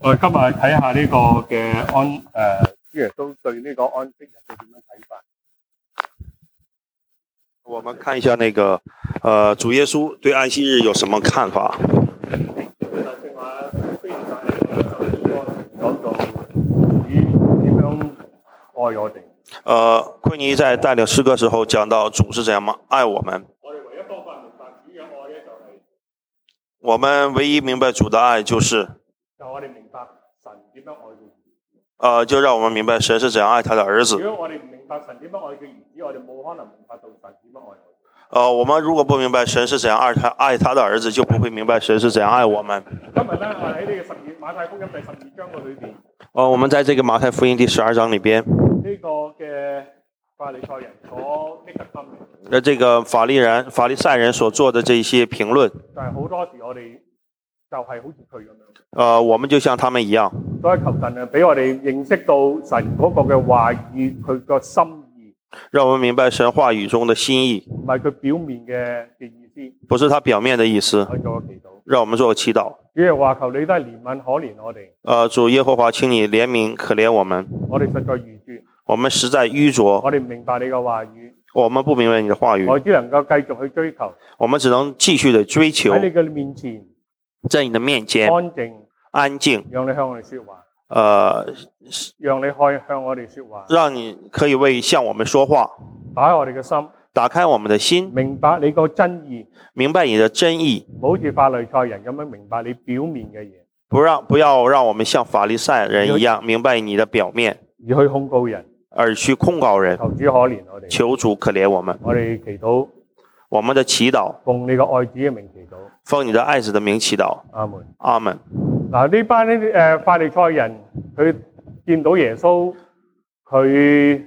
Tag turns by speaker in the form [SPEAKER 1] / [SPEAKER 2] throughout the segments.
[SPEAKER 1] 我哋今日睇下呢個嘅安呃誒，主耶穌對呢個安息日嘅點樣睇法？
[SPEAKER 2] 我们看一下那个，呃，主耶稣对安息日有什么看法？
[SPEAKER 1] 正話非常大講到主點樣愛我哋。
[SPEAKER 2] 呃，奎尼在带领诗歌时候讲到主是怎样爱我们，
[SPEAKER 1] 我哋唯一方法明白主嘅愛咧，就係
[SPEAKER 2] 我们唯一明白主的爱就是，
[SPEAKER 1] 就我哋明白神點樣愛佢。
[SPEAKER 2] 呃，就让我们明白神是怎样愛他的儿子。
[SPEAKER 1] 如果我哋唔明白神點樣愛佢兒子，我哋冇可能明白到神點樣愛我哋。
[SPEAKER 2] 呃，我们如果不明白神是怎样爱他爱他的儿子，就不会明白神是怎样爱我们。
[SPEAKER 1] 今日咧，我哋喺呢個十二馬太福音第十二章嘅裏邊，呢、
[SPEAKER 2] 呃，我们在這個馬太福音第十二章里邊，
[SPEAKER 1] 個嘅法利賽人所拎特心嘅，
[SPEAKER 2] 那這個呃法利人、法利賽人所做的這些評論，
[SPEAKER 1] 就係、好多時我哋就係好似佢咁樣。
[SPEAKER 2] 呃，我們就像他們一樣，
[SPEAKER 1] 所以求神啊，俾我哋認識到神嗰個嘅話語，佢個心意，
[SPEAKER 2] 讓我們明白神話語中的心意，
[SPEAKER 1] 唔係佢表面嘅嘅意思。
[SPEAKER 2] 不是他表面的意思。
[SPEAKER 1] 我做個祈禱，
[SPEAKER 2] 讓我們做個祈禱。
[SPEAKER 1] 主耶和華求你都係憐憫可憐我哋，
[SPEAKER 2] 呃，主耶和華，請你憐憫可憐我們，
[SPEAKER 1] 我哋實在愚拙，
[SPEAKER 2] 我們實在愚拙，
[SPEAKER 1] 我哋唔明白你嘅話語，
[SPEAKER 2] 我們不明白你的話語，
[SPEAKER 1] 我只能夠繼續去追求
[SPEAKER 2] 我們只能繼續的追求
[SPEAKER 1] 喺你嘅面前
[SPEAKER 2] 在你的面前
[SPEAKER 1] 安靜，
[SPEAKER 2] 安靜，
[SPEAKER 1] 讓你向我哋説話。
[SPEAKER 2] 呃，
[SPEAKER 1] 讓你可以向我哋說話，
[SPEAKER 2] 讓你可以為向我們說話，
[SPEAKER 1] 打開我哋嘅心，
[SPEAKER 2] 打開我們的心，
[SPEAKER 1] 明白你個真意，
[SPEAKER 2] 明白你的真意，
[SPEAKER 1] 唔好似法利賽人咁樣明白你表面嘅嘢，
[SPEAKER 2] 不讓不要讓我們像法利賽人一樣明白你的表面，
[SPEAKER 1] 而去控告人。
[SPEAKER 2] 而去控告人。
[SPEAKER 1] 求主可憐我哋，
[SPEAKER 2] 求主可憐我們，
[SPEAKER 1] 我哋祈禱，
[SPEAKER 2] 我們的祈禱，
[SPEAKER 1] 奉你個愛子嘅名祈禱，
[SPEAKER 2] 奉你的愛子的名祈禱，
[SPEAKER 1] 阿門。
[SPEAKER 2] 阿門。
[SPEAKER 1] 嗱，呢班呢誒法利賽人，佢見到耶穌，佢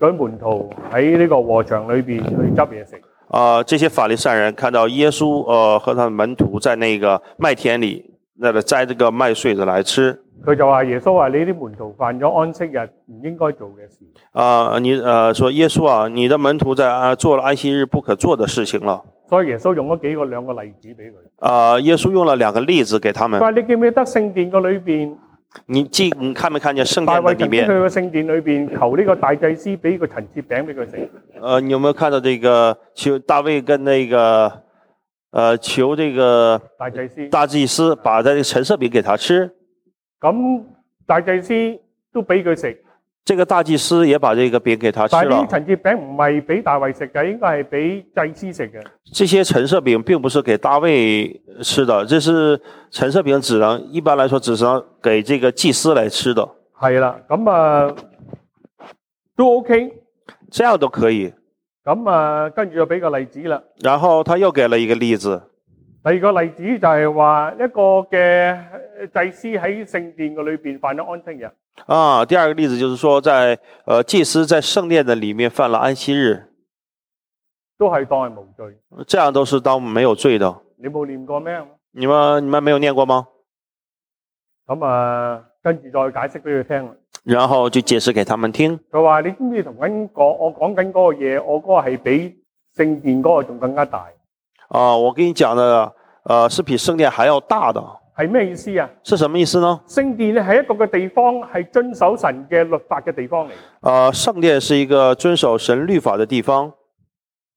[SPEAKER 1] 佢門徒喺呢個和場裏邊去執嘢食，
[SPEAKER 2] 呃，這些法利賽人看到耶穌，呃，和他的門徒在那個麥田裡，那個摘這個麥穗子來吃。
[SPEAKER 1] 佢就話耶穌話：你啲門徒犯咗安息日唔應該做嘅事。
[SPEAKER 2] 啊，你呃說耶穌啊，你的門徒在啊做了安息日不可做的事情了。
[SPEAKER 1] 所以耶穌用咗幾個兩個例子俾佢。
[SPEAKER 2] 啊，耶穌用了兩個例子給他
[SPEAKER 1] 佢
[SPEAKER 2] 們。
[SPEAKER 1] 話：你記唔記得聖殿個裏邊，
[SPEAKER 2] 你記，你看沒看見聖
[SPEAKER 1] 大衛
[SPEAKER 2] 殿的
[SPEAKER 1] 曾
[SPEAKER 2] 裡
[SPEAKER 1] 經去
[SPEAKER 2] 面？
[SPEAKER 1] 個聖殿裏邊求呢個大祭司俾個陳設餅俾佢食，
[SPEAKER 2] 呃，你有沒有看到這個求大衛跟那個呃求這個
[SPEAKER 1] 大祭司。
[SPEAKER 2] 大祭司把這個陳設餅給他吃？
[SPEAKER 1] 咁大祭司都俾佢食，
[SPEAKER 2] 這個大祭司也把這個餅給他吃
[SPEAKER 1] 但係呢
[SPEAKER 2] 了
[SPEAKER 1] 啲。陳設餅唔係俾大衛食嘅，應該係俾祭司食嘅。
[SPEAKER 2] 这些橙色饼并不是给大卫吃的，这是橙色饼只能一般来说只能给这个祭司来吃的，
[SPEAKER 1] 係啦，咁啊都 OK。
[SPEAKER 2] 这样都可以。
[SPEAKER 1] 咁啊，跟住就俾個例子啦。
[SPEAKER 2] 然后他又给了一个例子，
[SPEAKER 1] 第二個例子就係話一個嘅祭司喺聖殿個裏邊犯咗安息日，
[SPEAKER 2] 啊，第二个例子就是说在，呃祭司在圣殿的里面犯了安息日，
[SPEAKER 1] 都係當係無罪。
[SPEAKER 2] 这样都是当没有罪的。
[SPEAKER 1] 你冇念過咩？
[SPEAKER 2] 你们你们没有念过吗？
[SPEAKER 1] 咁啊，跟住再解釋俾佢聽啦。
[SPEAKER 2] 然后就解释给他们听，
[SPEAKER 1] 佢話：你知唔知同緊講？我講緊嗰個嘢，我嗰個係比聖殿嗰個仲更加大，
[SPEAKER 2] 啊，我跟你讲的，呃，是比圣殿还要大的，
[SPEAKER 1] 係咩意思啊？
[SPEAKER 2] 是什么意思呢？
[SPEAKER 1] 聖殿咧係一個嘅地方，係遵守神嘅律法嘅地方嚟，
[SPEAKER 2] 呃，圣殿是一个遵守神律法的地方。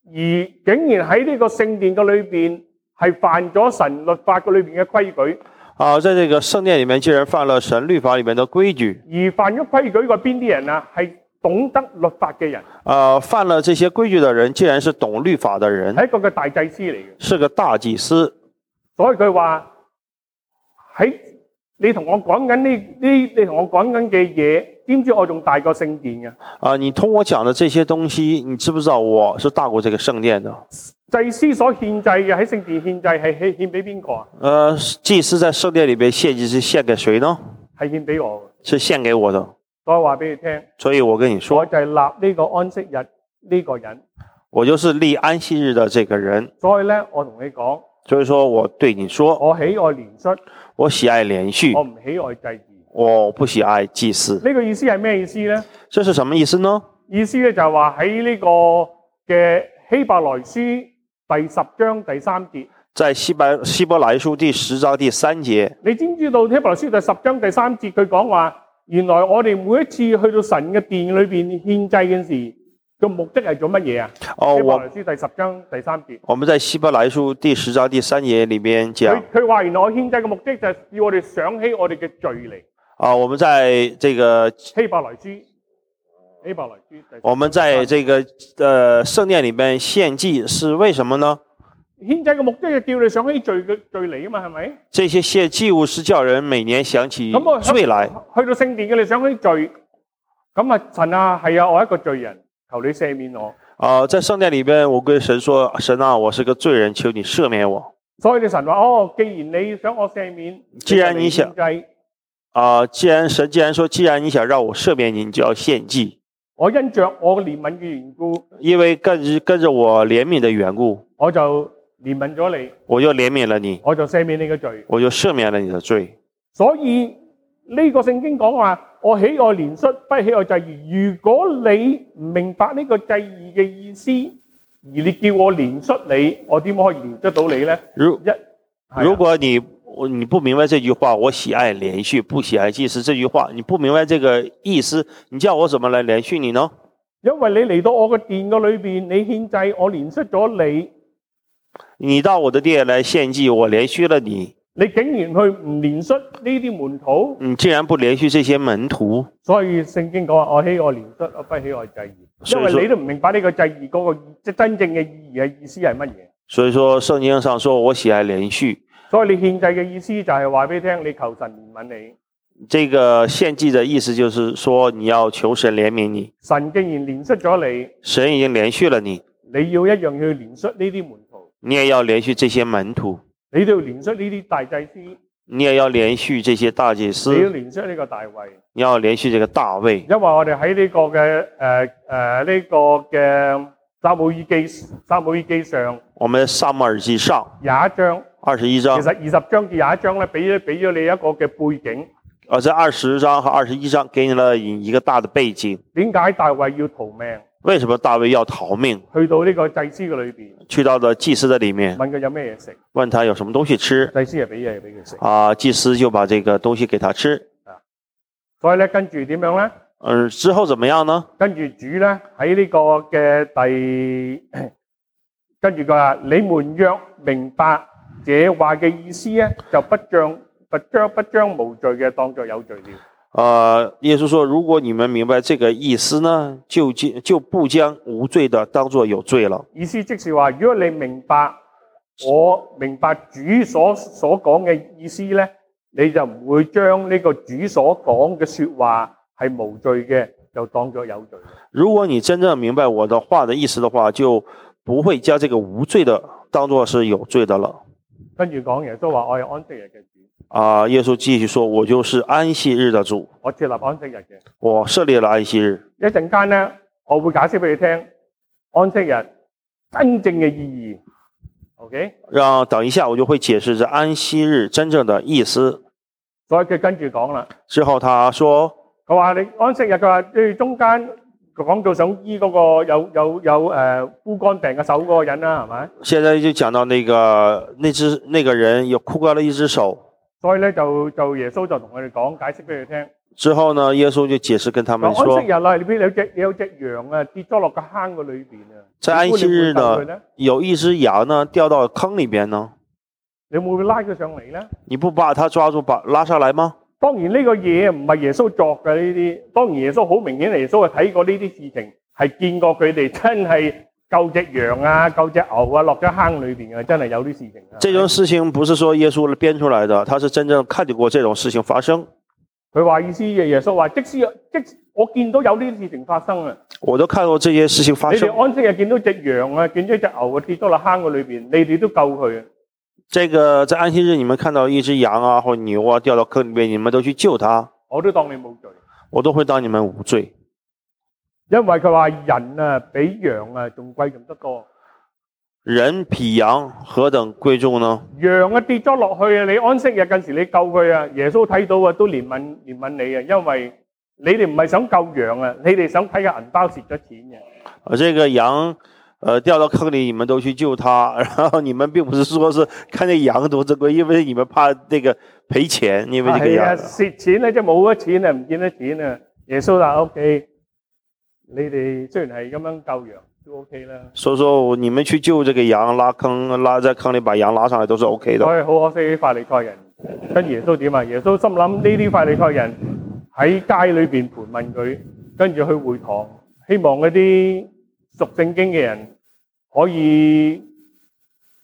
[SPEAKER 1] 而竟然喺呢個聖殿嘅裏邊係犯咗神律法嘅裏邊嘅規矩，
[SPEAKER 2] 啊，在这个圣殿里面，竟然犯了神律法里面的规矩，
[SPEAKER 1] 而犯咗規矩嘅邊啲人啊？係懂得律法嘅人，
[SPEAKER 2] 呃，犯了这些规矩的人，竟然是懂律法的人，
[SPEAKER 1] 係一個嘅大祭司嚟嘅。
[SPEAKER 2] 是个大祭司。
[SPEAKER 1] 所以佢話喺你同我講緊呢呢，你同我講緊嘅嘢，知唔知我仲大過聖殿嘅？
[SPEAKER 2] 啊，你通我讲的这些东西，你知不知道我是大过这个圣殿的？
[SPEAKER 1] 祭司所獻祭嘅喺聖殿獻祭係獻獻俾邊個啊？
[SPEAKER 2] 呃，祭司在圣殿里边献祭是献给谁呢？
[SPEAKER 1] 係獻俾我嘅。
[SPEAKER 2] 是献给我的。
[SPEAKER 1] 所以話俾你聽，
[SPEAKER 2] 所以我跟你
[SPEAKER 1] 我
[SPEAKER 2] 说，
[SPEAKER 1] 就係立呢個安息日呢個人。
[SPEAKER 2] 我就是立安息日的这个人。
[SPEAKER 1] 所以咧，我同你講，
[SPEAKER 2] 所以说我对你说，
[SPEAKER 1] 我喜愛憐恤，
[SPEAKER 2] 我喜爱连续
[SPEAKER 1] 我，唔喜愛祭祀。
[SPEAKER 2] 我不喜爱祭祀。
[SPEAKER 1] 呢個意思係咩意思咧？
[SPEAKER 2] 这是什么意思呢？
[SPEAKER 1] 意思咧就係話喺呢個嘅希伯來書第十章第三節，
[SPEAKER 2] 在希伯希伯来书第十章第三节，
[SPEAKER 1] 你知唔知道希伯來書第十章第三節佢講話，原來我哋每一次去到神嘅殿裏邊獻祭嘅時，個目的係做乜嘢啊？
[SPEAKER 2] 哦，
[SPEAKER 1] 希伯
[SPEAKER 2] 我
[SPEAKER 1] 來書第十章第三節，
[SPEAKER 2] 我们在希伯来书第十章第三节里面
[SPEAKER 1] 佢
[SPEAKER 2] 讲
[SPEAKER 1] 佢話原來我獻祭嘅目的就係要我哋想起我哋嘅罪嚟。
[SPEAKER 2] 啊，我们在这个
[SPEAKER 1] 希伯來書，希伯來書第
[SPEAKER 2] 我们在这个呃圣殿里面献祭是为什么呢？
[SPEAKER 1] 獻祭嘅目的係叫你想起罪嘅罪嚟啊嘛，係咪？
[SPEAKER 2] 这些献祭物是叫人每年想起
[SPEAKER 1] 咁我
[SPEAKER 2] 罪来。
[SPEAKER 1] 去到聖殿嘅你想起罪，咁啊神啊，係啊，我係一個罪人，求你赦免我。
[SPEAKER 2] 啊、在圣殿里边，我跟神说：“神啊，我是个罪人，求你赦免我。
[SPEAKER 1] 所以你神話哦，既然你想我赦免，
[SPEAKER 2] 既然你想
[SPEAKER 1] 獻祭。
[SPEAKER 2] 啊、既然神既然说，既然你想让我赦免你，你就要献祭，
[SPEAKER 1] 我因着我怜悯嘅緣故，
[SPEAKER 2] 因为跟着跟着我怜悯的缘故，
[SPEAKER 1] 我就憐憫咗你，
[SPEAKER 2] 我就怜悯了你，
[SPEAKER 1] 我就赦免你嘅罪。
[SPEAKER 2] 我就赦免了你的罪。
[SPEAKER 1] 所以呢、個聖經講話，我喜愛憐恤，不喜愛祭義。如果你唔明白呢個祭義嘅意思，而你叫我憐恤你，我點可以憐恤到你呢？
[SPEAKER 2] 如
[SPEAKER 1] 一係啊
[SPEAKER 2] 如果你我你不明白这句话，我喜爱连续，不喜爱祭祀这句话，你不明白这个意思，你叫我怎么来连续你呢？
[SPEAKER 1] 因為你嚟到我嘅殿嘅裏邊，你獻祭，我憐恤咗你，
[SPEAKER 2] 你到我的殿来献祭，我连续了你，
[SPEAKER 1] 你竟然去唔憐恤呢啲門徒，
[SPEAKER 2] 你竟然不连续这些门徒，
[SPEAKER 1] 所以聖經講話，我喜愛憐恤，我不喜愛祭義，因
[SPEAKER 2] 所以
[SPEAKER 1] 為
[SPEAKER 2] 說
[SPEAKER 1] 你都唔明白呢個祭義嗰、個意即真正嘅意義嘅意思係乜嘢。
[SPEAKER 2] 所以说圣经上说我喜爱连续，
[SPEAKER 1] 所以你獻祭嘅意思就係話俾你聽，你求神憐憫你。
[SPEAKER 2] 这个献祭的意思就是说你要求神怜悯你，
[SPEAKER 1] 神既然憐恤咗
[SPEAKER 2] 神已经连续了你，
[SPEAKER 1] 你，你要一樣要憐恤呢啲門徒，
[SPEAKER 2] 你也要连续这些门徒，
[SPEAKER 1] 你都要憐恤呢啲大祭司，你
[SPEAKER 2] 你也要连续这些大祭
[SPEAKER 1] 要
[SPEAKER 2] 司，
[SPEAKER 1] 憐恤呢個大衛。
[SPEAKER 2] 你要连续这个大卫
[SPEAKER 1] 因。為我哋喺呢個嘅誒誒呢個嘅撒母耳記撒母耳記上
[SPEAKER 2] 我们撒母耳记上
[SPEAKER 1] 廿一章，
[SPEAKER 2] 二十一
[SPEAKER 1] 其
[SPEAKER 2] 章，
[SPEAKER 1] 實二十章至廿一章咧，俾咗俾咗你一個嘅背景。
[SPEAKER 2] 呃，在二十章和二十一章给你了一个大的背景，
[SPEAKER 1] 點解大衛要逃命
[SPEAKER 2] 为什么大卫要逃命，
[SPEAKER 1] 去到呢個祭司嘅裏邊？
[SPEAKER 2] 去到了祭司的里面，
[SPEAKER 1] 問佢有咩嘢食，
[SPEAKER 2] 问他有什么东西吃
[SPEAKER 1] 祭司係俾嘢俾佢食。
[SPEAKER 2] 啊，祭司就把这个东西给他吃。
[SPEAKER 1] 所以咧，跟住點樣咧？
[SPEAKER 2] 嗯、之后怎么样呢？
[SPEAKER 1] 跟住主咧喺呢個嘅第，跟住佢話：你們若明白這話嘅意思咧，就不將不將不將無罪嘅當作有罪了。
[SPEAKER 2] 呃，耶稣说，如果你们明白这个意思呢，就就就不将无罪的当作有罪了。
[SPEAKER 1] 意思即是話，如果你明白我明白主所所講嘅意思咧，你就唔會將呢個主所講嘅説話係無罪嘅，就當作有罪。
[SPEAKER 2] 如果你真正明白我的话的意思的话，就不会将这个无罪的当作是有罪的了。
[SPEAKER 1] 跟住講耶穌話：我係安息日嘅主，
[SPEAKER 2] 啊、耶稣继续说，我就是安息日的主，
[SPEAKER 1] 我設立安息日嘅。
[SPEAKER 2] 我设立了安息日。
[SPEAKER 1] 一陣間咧，我會解釋俾你聽安息日真正嘅意義。OK，
[SPEAKER 2] 让等一下我就会解释这安息日真正的意思。
[SPEAKER 1] 所以佢跟住講啦，
[SPEAKER 2] 之后他说
[SPEAKER 1] 佢話你安息日，佢話你中間講到想醫嗰個有有有誒、呃、枯乾病嘅手嗰個人啦，係咪？：“
[SPEAKER 2] 现在就讲到那个那只那个人有枯干了一只手。
[SPEAKER 1] 所以咧就就耶穌就同佢哋講解釋俾佢聽，”
[SPEAKER 2] 之后呢，耶稣就解释跟他
[SPEAKER 1] 話
[SPEAKER 2] 们
[SPEAKER 1] 安
[SPEAKER 2] 说
[SPEAKER 1] 息日啦，你邊有隻有隻羊啊跌咗落個坑個裏邊啊，
[SPEAKER 2] 在安息日呢
[SPEAKER 1] 你會唔會救佢咧：“
[SPEAKER 2] 有一只羊呢掉到坑里边呢，
[SPEAKER 1] 你會唔會拉佢上嚟咧？
[SPEAKER 2] 你不把它抓住把拉上来吗
[SPEAKER 1] 當然呢個嘢唔係耶穌作嘅呢啲，當然耶穌好明顯，耶穌係睇過呢啲事情，係見過佢哋真係救只羊啊、救只牛啊落咗坑裏邊嘅，真係有啲事情啊？”。
[SPEAKER 2] 这种事情不是说耶稣编出来的，他是真正看见过这种事情发生。
[SPEAKER 1] 佢話意思，耶穌話，即使即使我見到有呢啲事情發生啊，
[SPEAKER 2] 我都看过这些事情发
[SPEAKER 1] 你
[SPEAKER 2] 生
[SPEAKER 1] 哋。安息日見到只羊啊，見到只牛啊跌咗落坑嘅裏邊，你哋都救佢啊。
[SPEAKER 2] 这个在安息日，你们看到一只羊啊或牛啊掉到坑里边，你们都去救它，
[SPEAKER 1] 我都當你冇罪，
[SPEAKER 2] 我都会当你们无罪。
[SPEAKER 1] 因為佢話人啊比羊啊仲貴仲得過，
[SPEAKER 2] 人比羊何等贵重呢？
[SPEAKER 1] 羊啊跌咗落去啊！你安息日嗰時你救佢啊，耶穌睇到啊都憐憫憐憫你啊，因為你哋唔係想救羊啊，你哋想睇下銀包蝕咗錢嘅。
[SPEAKER 2] 呃，这个羊，呃，掉到坑里，你们都去救他，然后你们并不是说是看见羊多珍贵，因为你们怕那个赔钱，因为这个
[SPEAKER 1] 係啊，
[SPEAKER 2] 羊。
[SPEAKER 1] 蝕錢咧，即係冇咗錢啊，唔見得錢啊。耶穌話：OK，你哋雖然係咁樣救羊都 OK 啦，
[SPEAKER 2] 所以说你们去救这个羊，拉坑拉在坑里把羊拉上来都是 OK 的。
[SPEAKER 1] 所以好可惜啲法利賽人跟耶穌點啊？耶穌心諗呢啲法利賽人喺街裏邊盤問佢，跟住去會堂，希望嗰啲熟聖經嘅人可以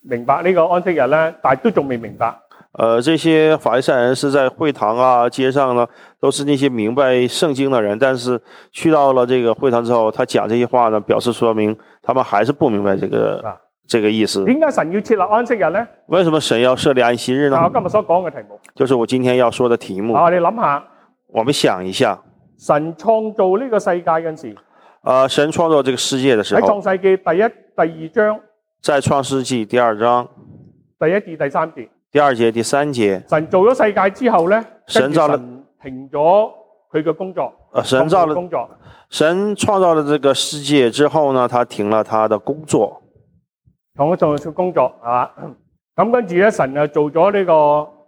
[SPEAKER 1] 明白呢個安息日啦，但係都仲未明白。
[SPEAKER 2] 呃，这些法利赛人是在会堂啊、街上呢，都是那些明白圣经的人，但是去到了这个会堂之后，他讲这些话呢，表示说明他们还是不明白这
[SPEAKER 1] 啊
[SPEAKER 2] 个这个意思。
[SPEAKER 1] 點解神要設立安息日咧？
[SPEAKER 2] 为什么神要设立安息日
[SPEAKER 1] 嗱，我
[SPEAKER 2] 呢？
[SPEAKER 1] 今日所講嘅題目，
[SPEAKER 2] 就是我今天要说的题目。
[SPEAKER 1] 啊，你諗下，
[SPEAKER 2] 我们想一下，
[SPEAKER 1] 神創造呢個世界嗰陣時。
[SPEAKER 2] 呃，神创造这个世界的时
[SPEAKER 1] 喺
[SPEAKER 2] 候，
[SPEAKER 1] 創世記第一、第二
[SPEAKER 2] 在创世纪第二章
[SPEAKER 1] 章第一至第三節，
[SPEAKER 2] 第二节、第三节，
[SPEAKER 1] 神做咗世界之後咧，
[SPEAKER 2] 神
[SPEAKER 1] 跟住
[SPEAKER 2] 造了
[SPEAKER 1] 神停咗佢嘅工作，
[SPEAKER 2] 呃，神造
[SPEAKER 1] 創造
[SPEAKER 2] 了
[SPEAKER 1] 工作，
[SPEAKER 2] 神创造了这个世界之后呢，他停了他的工作，
[SPEAKER 1] 同咗做做工作係嘛？咁跟住咧，神啊做咗呢個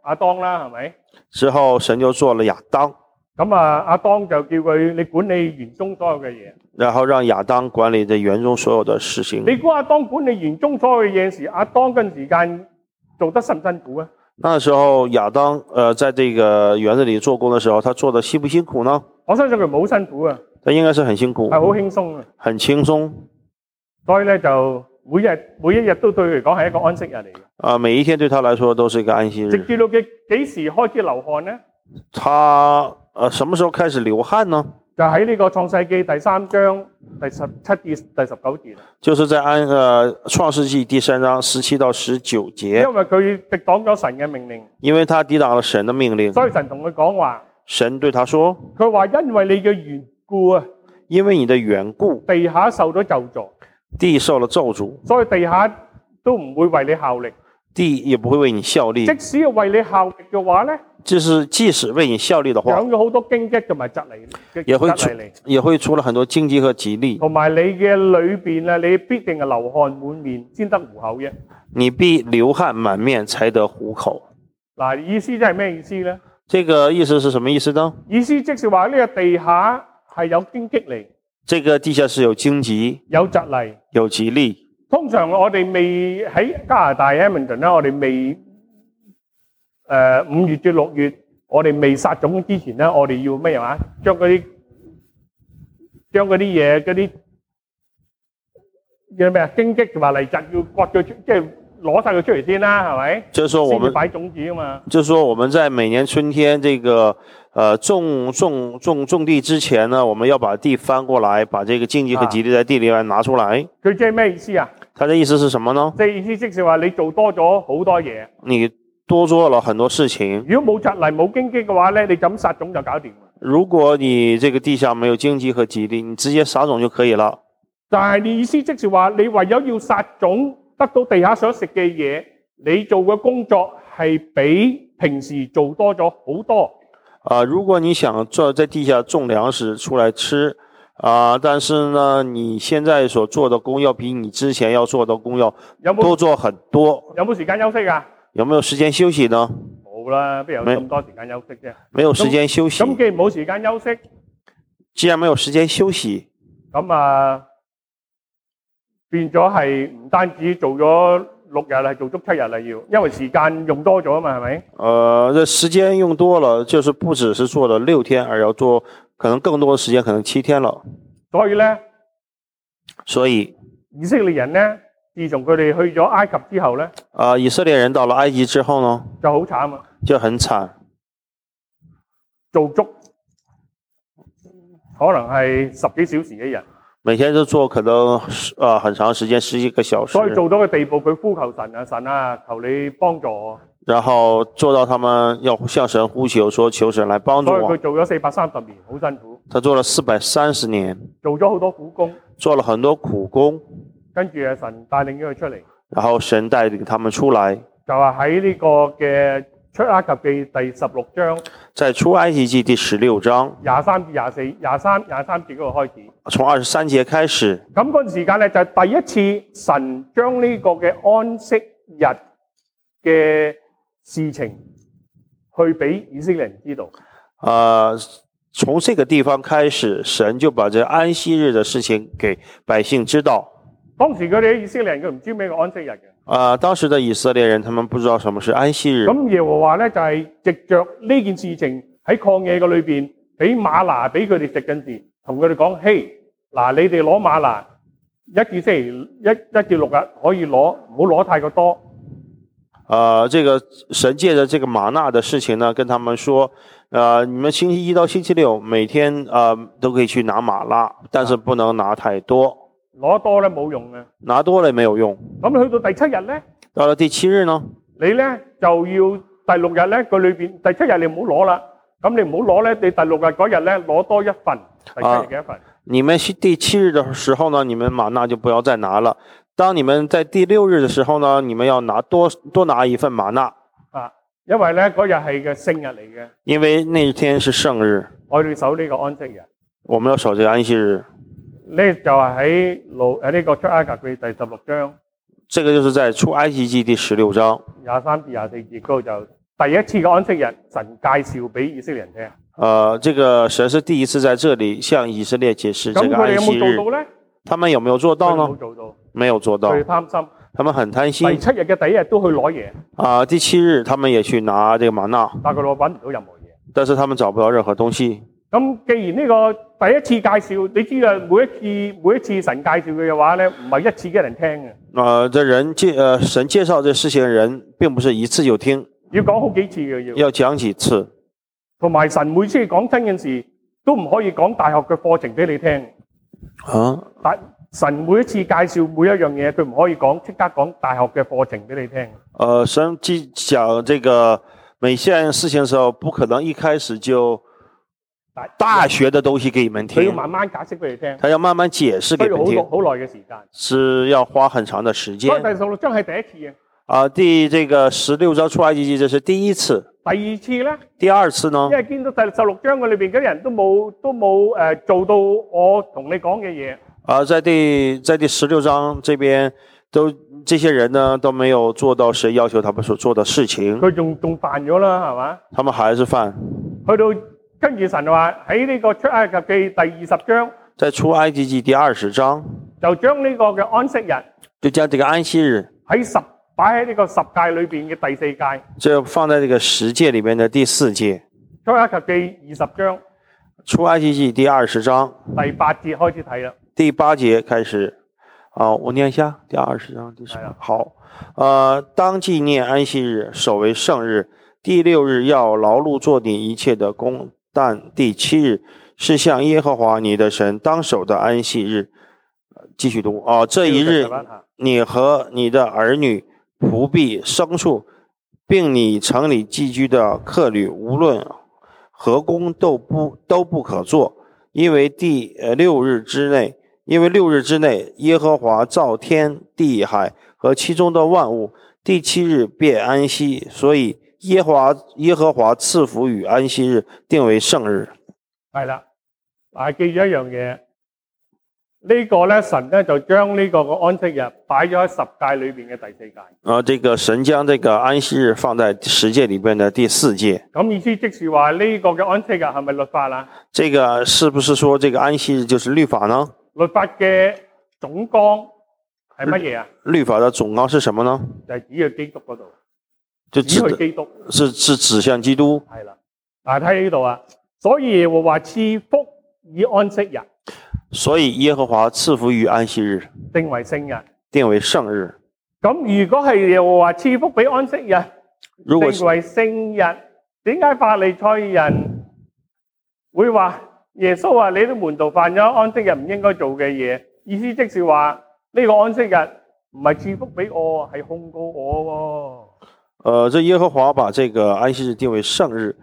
[SPEAKER 1] 亞當啦，係咪？
[SPEAKER 2] 之后神就做了亚当。
[SPEAKER 1] 咁啊，亞當就叫佢你管理園中所有嘅嘢。
[SPEAKER 2] 然后让亚当管理这园中所有的事情。
[SPEAKER 1] 你估亞當管理園中所有嘅嘢時，亞當跟時間做得辛唔辛苦啊？
[SPEAKER 2] 那时候亚当呃在这个园子里做工的时候，他做的辛不辛苦呢？
[SPEAKER 1] 我相信佢冇辛苦啊，
[SPEAKER 2] 他应该是很辛苦
[SPEAKER 1] 係，好輕鬆啊。
[SPEAKER 2] 很轻松
[SPEAKER 1] 所以咧就每日每一日都對佢嚟講係一個安息日嚟嘅。
[SPEAKER 2] 啊、每一天对他来说都是一个安息
[SPEAKER 1] 直
[SPEAKER 2] 日。
[SPEAKER 1] 至到佢幾時開始流汗呢？
[SPEAKER 2] 他呃什么时候开始流汗呢？
[SPEAKER 1] 就喺呢個創世記第三章第十七至第十九節，
[SPEAKER 2] 就是在安呃创世纪第三章十七到十九节，
[SPEAKER 1] 因為佢敵擋咗神嘅命令，
[SPEAKER 2] 因为他抵挡了神的命令，
[SPEAKER 1] 所以神同佢講話，
[SPEAKER 2] 神对他说
[SPEAKER 1] 佢話因為你嘅緣故啊，：“
[SPEAKER 2] 因为你的缘故，
[SPEAKER 1] 地下受咗咒詛，
[SPEAKER 2] 地受了咒诅，
[SPEAKER 1] 所以地下都唔會為你效力。
[SPEAKER 2] 地也不会为你效力。
[SPEAKER 1] 即使係為你效力嘅話呢，
[SPEAKER 2] 这是即使为你效力的话，
[SPEAKER 1] 養咗好多荊棘同埋蒺藜，
[SPEAKER 2] 也會
[SPEAKER 1] 蒺藜嚟，
[SPEAKER 2] 也会出了很多荆棘和吉利，
[SPEAKER 1] 同埋你嘅裏邊啊，你必定係流汗滿面先得糊口嘅。
[SPEAKER 2] 你必流汗满面才得糊口。
[SPEAKER 1] 嗱，意思即係咩意思呢？
[SPEAKER 2] 这个意思是什么意思呢？
[SPEAKER 1] 意思即是話呢個地下係有荊棘嚟，
[SPEAKER 2] 这个地下是有荆棘，
[SPEAKER 1] 有蒺藜。
[SPEAKER 2] 有吉利。
[SPEAKER 1] 通常我哋未喺加拿大 Edmonton 咧，我哋未誒五、月至六月，我哋未殺種之前咧，我哋要咩話？將嗰啲將嗰啲嘢嗰啲叫咩啊？荊棘同埋泥蒺要割咗出，即係攞晒佢出嚟先啦，係咪？
[SPEAKER 2] 就是说我
[SPEAKER 1] 先至
[SPEAKER 2] 们，
[SPEAKER 1] 擺種子啊嘛。
[SPEAKER 2] 就是说我们在每年春天这个呃种种种种地之前呢，我们要把地翻过来，把这个荆棘和吉利在地里面拿出来。
[SPEAKER 1] 佢即係咩意思啊？
[SPEAKER 2] 它的意思是什么呢？
[SPEAKER 1] 即係意思即是話你做多咗好多嘢。
[SPEAKER 2] 你多做了很多事情，
[SPEAKER 1] 如果冇蒺藜冇荊棘嘅話咧，你就咁殺種就搞掂啦。
[SPEAKER 2] 如果你这个地下没有荆棘和吉利，你直接撒种就可以了。
[SPEAKER 1] 但係你意思即是話，你唯有要殺種，得到地下想食嘅嘢，你做嘅工作係比平時做多咗好多。
[SPEAKER 2] 啊、如果你想做在地下种粮食出来吃，啊、但是呢，你现在所做的工要比你之前要做的工要
[SPEAKER 1] 有冇
[SPEAKER 2] 多做很多，
[SPEAKER 1] 有冇時間休息啊？
[SPEAKER 2] 有没有时间休息呢？
[SPEAKER 1] 冇啦，邊有
[SPEAKER 2] 咩
[SPEAKER 1] 咁多時間休息啫？
[SPEAKER 2] 没有时间休息，
[SPEAKER 1] 咁既然冇時間休息，
[SPEAKER 2] 既然没有时间休息，
[SPEAKER 1] 咁啊變咗係唔單止做咗六日啦，係做足七日啦要，因為時間用多咗啊嘛，係咪？
[SPEAKER 2] 呃，这时间用多了，就是不只是做了六天，而要做可能更多的时间，可能七天了。
[SPEAKER 1] 所以咧，
[SPEAKER 2] 所以，
[SPEAKER 1] 以色列人咧，自從佢哋去咗埃及之後咧，
[SPEAKER 2] 啊、以色列人到了埃及之后呢，
[SPEAKER 1] 就好慘啊，
[SPEAKER 2] 就很惨，
[SPEAKER 1] 做足可能係十幾小時一日，
[SPEAKER 2] 每天都做可能啊、很长时间，十几个小时。
[SPEAKER 1] 所以做到嘅地步，佢呼求神啊，神啊，求你幫助我。
[SPEAKER 2] 然后做到他们要向神呼求，说求神来帮助
[SPEAKER 1] 所以佢
[SPEAKER 2] 我。
[SPEAKER 1] 做咗四百三十年，好辛苦，
[SPEAKER 2] 他做了四百三十年，
[SPEAKER 1] 做咗好多苦工，
[SPEAKER 2] 做了很多苦工，
[SPEAKER 1] 跟住啊神帶領咗佢出嚟，
[SPEAKER 2] 然后神带领他们出来，
[SPEAKER 1] 就話喺呢個嘅出埃及記第十六章
[SPEAKER 2] 在出埃及记第十六章，
[SPEAKER 1] 廿三至廿四、廿三、廿三節嗰度開始。
[SPEAKER 2] 从二十三节开始，
[SPEAKER 1] 咁嗰陣時間咧，就係、第一次神將呢個嘅安息日嘅事情去俾以色列人知道。
[SPEAKER 2] 呃，从这个地方开始，神就把这安息日的事情给百姓知道。
[SPEAKER 1] 當時佢哋以色列人佢唔知咩叫安息日嘅。
[SPEAKER 2] 啊、当时的以色列人他们不知道什么是安息日，
[SPEAKER 1] 咁耶和華咧就係、藉着呢件事情喺曠野嘅裏邊，俾馬拿俾佢哋食嗰陣時，同佢哋講：嘿，嗱，你哋攞馬拿，一至星期一一至六日可以攞，唔好攞太過多。
[SPEAKER 2] 呃，这个神借着这个玛纳的事情呢，跟他们说，呃，你们星期一到星期六每天呃都可以去拿玛拉，但是不能拿太多，
[SPEAKER 1] 攞多咧冇用嘅，
[SPEAKER 2] 拿多了也没有用。
[SPEAKER 1] 咁去到第七日咧，
[SPEAKER 2] 到了第七日呢，
[SPEAKER 1] 你咧就要第六日咧，佢裏邊第七日你唔好攞啦，咁你唔好攞咧，你第六日嗰日咧攞多一份，第七日嘅一份。
[SPEAKER 2] 你们是第七日的时候呢，你们玛纳就不要再拿了。当你们在第六日的时候呢，你们要拿多多拿一份玛纳，
[SPEAKER 1] 啊，因為咧嗰日係嘅聖日嚟嘅，
[SPEAKER 2] 因为那天是圣日，
[SPEAKER 1] 我哋守呢個安息日。
[SPEAKER 2] 我们要守这个安息日。
[SPEAKER 1] 呢就係喺路喺呢個出埃及記第十六章
[SPEAKER 2] 这个就是在出埃及记第十六章，
[SPEAKER 1] 廿三至廿四節嗰度就第一次嘅安息日，神介紹俾以色列人聽。
[SPEAKER 2] 呃，这个神是第一次在这里向以色列解释这
[SPEAKER 1] 咁
[SPEAKER 2] 个
[SPEAKER 1] 佢哋
[SPEAKER 2] 安
[SPEAKER 1] 有
[SPEAKER 2] 息
[SPEAKER 1] 冇
[SPEAKER 2] 日，
[SPEAKER 1] 做到咧？
[SPEAKER 2] 他们有没有做
[SPEAKER 1] 佢
[SPEAKER 2] 到
[SPEAKER 1] 哋
[SPEAKER 2] 呢
[SPEAKER 1] 冇？做到，
[SPEAKER 2] 没有做到哎
[SPEAKER 1] 佢哋，貪心。
[SPEAKER 2] 他们很贪
[SPEAKER 1] 第
[SPEAKER 2] 心
[SPEAKER 1] 七日嘅第一日都去攞嘢，
[SPEAKER 2] 啊、第七日他们也去拿这个玛纳，
[SPEAKER 1] 但係佢哋揾唔到任何嘢。
[SPEAKER 2] 但是他们找不到任何东西。
[SPEAKER 1] 咁既然呢個第一次介紹，你知啦，每一次每一次神介紹佢嘅話咧，唔係一次嘅人聽嘅，
[SPEAKER 2] 呃，这人介呃神介绍这事情，人并不是一次就听，
[SPEAKER 1] 要講好幾次嘅要。
[SPEAKER 2] 要讲几次。
[SPEAKER 1] 同埋神每次講真嘅事，都唔可以講大學嘅課程俾你聽。
[SPEAKER 2] 啊，
[SPEAKER 1] 但神每一次介紹每一樣嘢，佢唔可以講即刻講大學嘅課程俾你聽。
[SPEAKER 2] 呃，神既讲这个每件事情的时候，不可能一开始就
[SPEAKER 1] 大
[SPEAKER 2] 大学的东西给你们
[SPEAKER 1] 佢要
[SPEAKER 2] 听，
[SPEAKER 1] 慢慢解釋俾你聽，
[SPEAKER 2] 他要慢慢解释给
[SPEAKER 1] 需
[SPEAKER 2] 你
[SPEAKER 1] 要
[SPEAKER 2] 们
[SPEAKER 1] 好耐
[SPEAKER 2] 听，
[SPEAKER 1] 好耐嘅時間。
[SPEAKER 2] 是要花很长的时间
[SPEAKER 1] 所以第十六章係第一次
[SPEAKER 2] 啊、第这个十六章出埃及记，这是第一次，
[SPEAKER 1] 嘅，第二次咧，
[SPEAKER 2] 第二次呢
[SPEAKER 1] 因，為見到第十六章嘅裏邊嗰啲人都冇都冇誒、呃做到我同你講嘅嘢，
[SPEAKER 2] 啊、在第在第十六章这边都这些人呢都没有做到神要求他们所做的事情，
[SPEAKER 1] 佢仲仲犯咗啦，係嘛？
[SPEAKER 2] 他们还是犯。
[SPEAKER 1] 去到跟住神話喺呢個出埃及記第二十章，
[SPEAKER 2] 在出埃及记第二十章，
[SPEAKER 1] 就將呢個嘅安息日
[SPEAKER 2] 就将这个安息日，
[SPEAKER 1] 喺十擺喺呢個十戒裏邊嘅第四戒，
[SPEAKER 2] 这放在这个十诫里面的第四诫。
[SPEAKER 1] 出埃及記二十章。
[SPEAKER 2] 出埃及记第二十章
[SPEAKER 1] 第八節開始睇啦，
[SPEAKER 2] 第八节开始，啊，我念一下第二十章第十
[SPEAKER 1] 哎呀
[SPEAKER 2] 好，呃，当纪念安息日，守为圣日。第六日要劳碌做你一切的工，但第七日是向耶和华你的神当守的安息日。呃继续读啊、这一日你和你的儿女、仆婢、牲畜，并你城里寄居的客旅，无论何工都不都不可做，因为第呃六日之内，因为六日之内，耶和华造天地海和其中的万物，第七日便安息，所以耶和华耶和华赐福与安息日，定为圣日。
[SPEAKER 1] 係啦。但係記住一樣嘢，呢、個咧神咧就將呢個個安息日擺咗喺十戒裏邊嘅第四戒。
[SPEAKER 2] 呃，这个神将这个安息日放在十诫里边的第四诫。
[SPEAKER 1] 咁意思即是話呢個嘅安息日係咪律法啊？
[SPEAKER 2] 这个是不是说这个安息日就是律法呢？
[SPEAKER 1] 律法嘅總綱係乜嘢啊？
[SPEAKER 2] 律法的总纲是什么呢？
[SPEAKER 1] 就係指去基督嗰度，
[SPEAKER 2] 就指
[SPEAKER 1] 指去
[SPEAKER 2] 的
[SPEAKER 1] 基督
[SPEAKER 2] 是是指向基督。
[SPEAKER 1] 係啦。但係睇呢度啊，所以耶和華賜福以安息日
[SPEAKER 2] 所以耶和華赐福于安息日，
[SPEAKER 1] 定為聖日。
[SPEAKER 2] 定为圣日。
[SPEAKER 1] 咁如果係耶和華賜福俾安息日，
[SPEAKER 2] 如果
[SPEAKER 1] 定為聖日，點解法利賽人會話耶穌話你啲門徒犯咗安息日唔應該做嘅嘢？意思即是話呢、個安息日唔係賜福俾我，係控告我喎、
[SPEAKER 2] 呃，这耶和华把这个安息日定为圣日，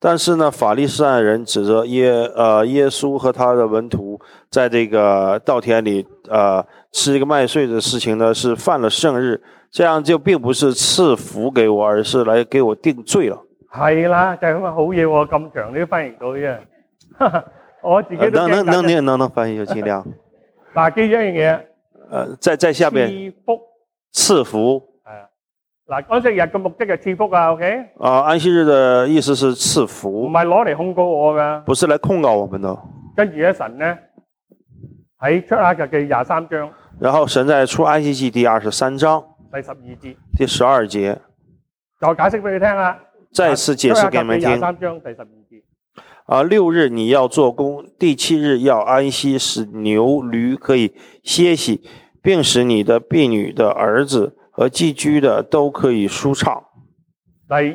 [SPEAKER 2] 但是呢，法利赛人指责耶呃耶稣和他的门徒在这个稻田里呃吃这个麦穗的事情呢，是犯了圣日，这样就并不是赐福给我，而是来给我定罪了。
[SPEAKER 1] 係啦，就係咁啊，好嘢喎！咁長你都翻譯到啫，我自己
[SPEAKER 2] 呃
[SPEAKER 1] 都
[SPEAKER 2] 能
[SPEAKER 1] 驚緊
[SPEAKER 2] 能能能能能翻译就尽量。
[SPEAKER 1] 嗱，記住一樣
[SPEAKER 2] 呃，在在下
[SPEAKER 1] 嘢，
[SPEAKER 2] 面
[SPEAKER 1] 賜福
[SPEAKER 2] 赐福
[SPEAKER 1] 係啊。嗱，安息日嘅目的係賜福啊，OK，
[SPEAKER 2] 啊、安息日的意思是赐
[SPEAKER 1] 唔
[SPEAKER 2] 福，
[SPEAKER 1] 係攞嚟控告我㗎。
[SPEAKER 2] 不是来控告我们的。
[SPEAKER 1] 跟住咧，神咧喺出埃及嘅廿三章
[SPEAKER 2] 然后神在出埃及记第二十三章
[SPEAKER 1] 第十二節
[SPEAKER 2] 第十二节
[SPEAKER 1] 就解釋俾你聽啦。
[SPEAKER 2] 再次解释给你们
[SPEAKER 1] 出埃及記廿
[SPEAKER 2] 听。
[SPEAKER 1] 三章第十二節，
[SPEAKER 2] 啊，六日你要做工，第七日要安息，使牛驴可以歇息，并使你的婢女的儿子和寄居的都可以舒畅。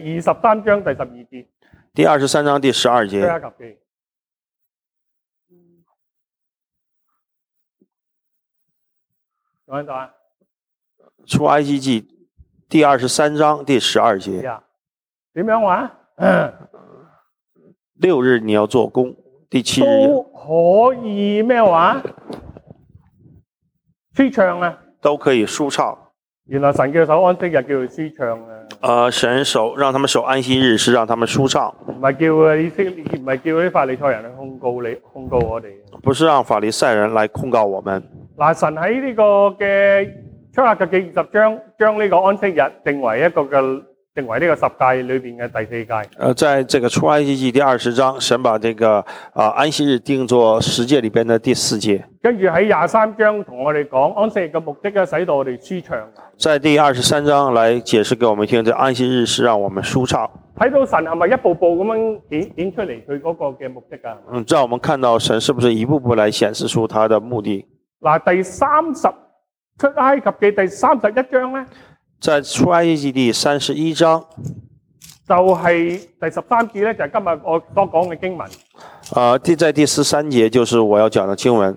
[SPEAKER 1] 第二十三章第十二節
[SPEAKER 2] 第二十三章第十二
[SPEAKER 1] 出
[SPEAKER 2] 节，
[SPEAKER 1] 埃及記。有冇睇到啊？
[SPEAKER 2] 出埃及记第二十三章第十二节，
[SPEAKER 1] 呀，點樣話？
[SPEAKER 2] 六日你要做工，第七日要
[SPEAKER 1] 都可以咩話？舒暢啊！
[SPEAKER 2] 都可以舒畅。
[SPEAKER 1] 原來神叫守安息日叫做舒暢啊，
[SPEAKER 2] 呃，神守让他们守安息日，是让他们舒畅，
[SPEAKER 1] 唔係叫佢以色列，唔係叫啲法利賽人去控告你，控告我哋。
[SPEAKER 2] 不是让法利赛人来控告我们。
[SPEAKER 1] 嗱，神喺呢個嘅出埃及記二十章，將呢個安息日定為一個嘅定為呢個十戒裏邊嘅第四戒。
[SPEAKER 2] 呃，在这个出埃及记第二十章，神把这个啊、安息日定作十诫里边的第四诫。
[SPEAKER 1] 跟住喺廿三章同我哋講安息日嘅目的咧，使到我哋舒暢。
[SPEAKER 2] 在第二十三章来解释给我们听，这安息日是让我们舒畅。
[SPEAKER 1] 睇到神係咪一步步咁樣顯顯出嚟佢嗰個嘅目的啊？
[SPEAKER 2] 嗯，让我们看到神是不是一步步来显示出他的目的。
[SPEAKER 1] 嗱，第三十出埃及記第三十一章咧，
[SPEAKER 2] 在出埃及记第三十一章，
[SPEAKER 1] 就係、第十三節咧，就係、今日我所講嘅經文，
[SPEAKER 2] 啊，第在第十三节就是我要讲的经文，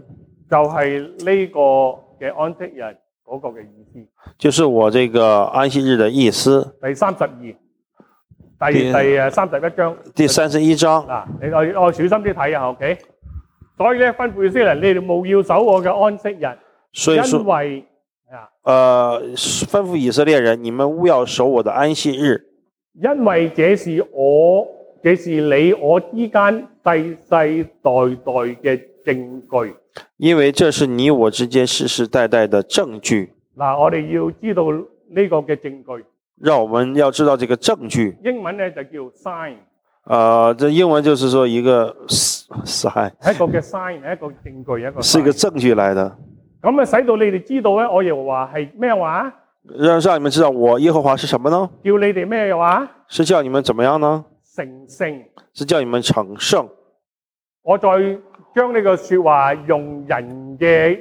[SPEAKER 1] 就係、呢個嘅安息日嗰個嘅意思。
[SPEAKER 2] 就是我这个安息日的意思。
[SPEAKER 1] 第三十二，第
[SPEAKER 2] 第
[SPEAKER 1] 第誒三十一章
[SPEAKER 2] 第三十一章，
[SPEAKER 1] 嗱，你我我小心啲睇啊，OK。所以咧，吩咐以色列人，你哋務要守我嘅安息日，
[SPEAKER 2] 所以
[SPEAKER 1] 因
[SPEAKER 2] 说，
[SPEAKER 1] 為啊，
[SPEAKER 2] 呃，吩咐以色列人，你们勿要守我的安息日。
[SPEAKER 1] 因為這是我，這是你我之間世世代代嘅證據。
[SPEAKER 2] 因为这是你我之间世世代代的证据。
[SPEAKER 1] 嗱，我哋要知道呢個嘅證據，
[SPEAKER 2] 让我们要知道这个证据，
[SPEAKER 1] 英文咧就叫 sign，
[SPEAKER 2] 呃，这英文就是说一个 sign
[SPEAKER 1] 係一個嘅 sign，係一個證據，一個 sign
[SPEAKER 2] 是一个证据来的，
[SPEAKER 1] 咁啊，使到你哋知道咧，我耶和華係咩話？
[SPEAKER 2] 让让你们知道我耶和華是什么呢？
[SPEAKER 1] 叫你哋咩話？
[SPEAKER 2] 是叫你们怎么样呢？
[SPEAKER 1] 成聖。
[SPEAKER 2] 是叫你们成圣。
[SPEAKER 1] 我再將呢個説話用人嘅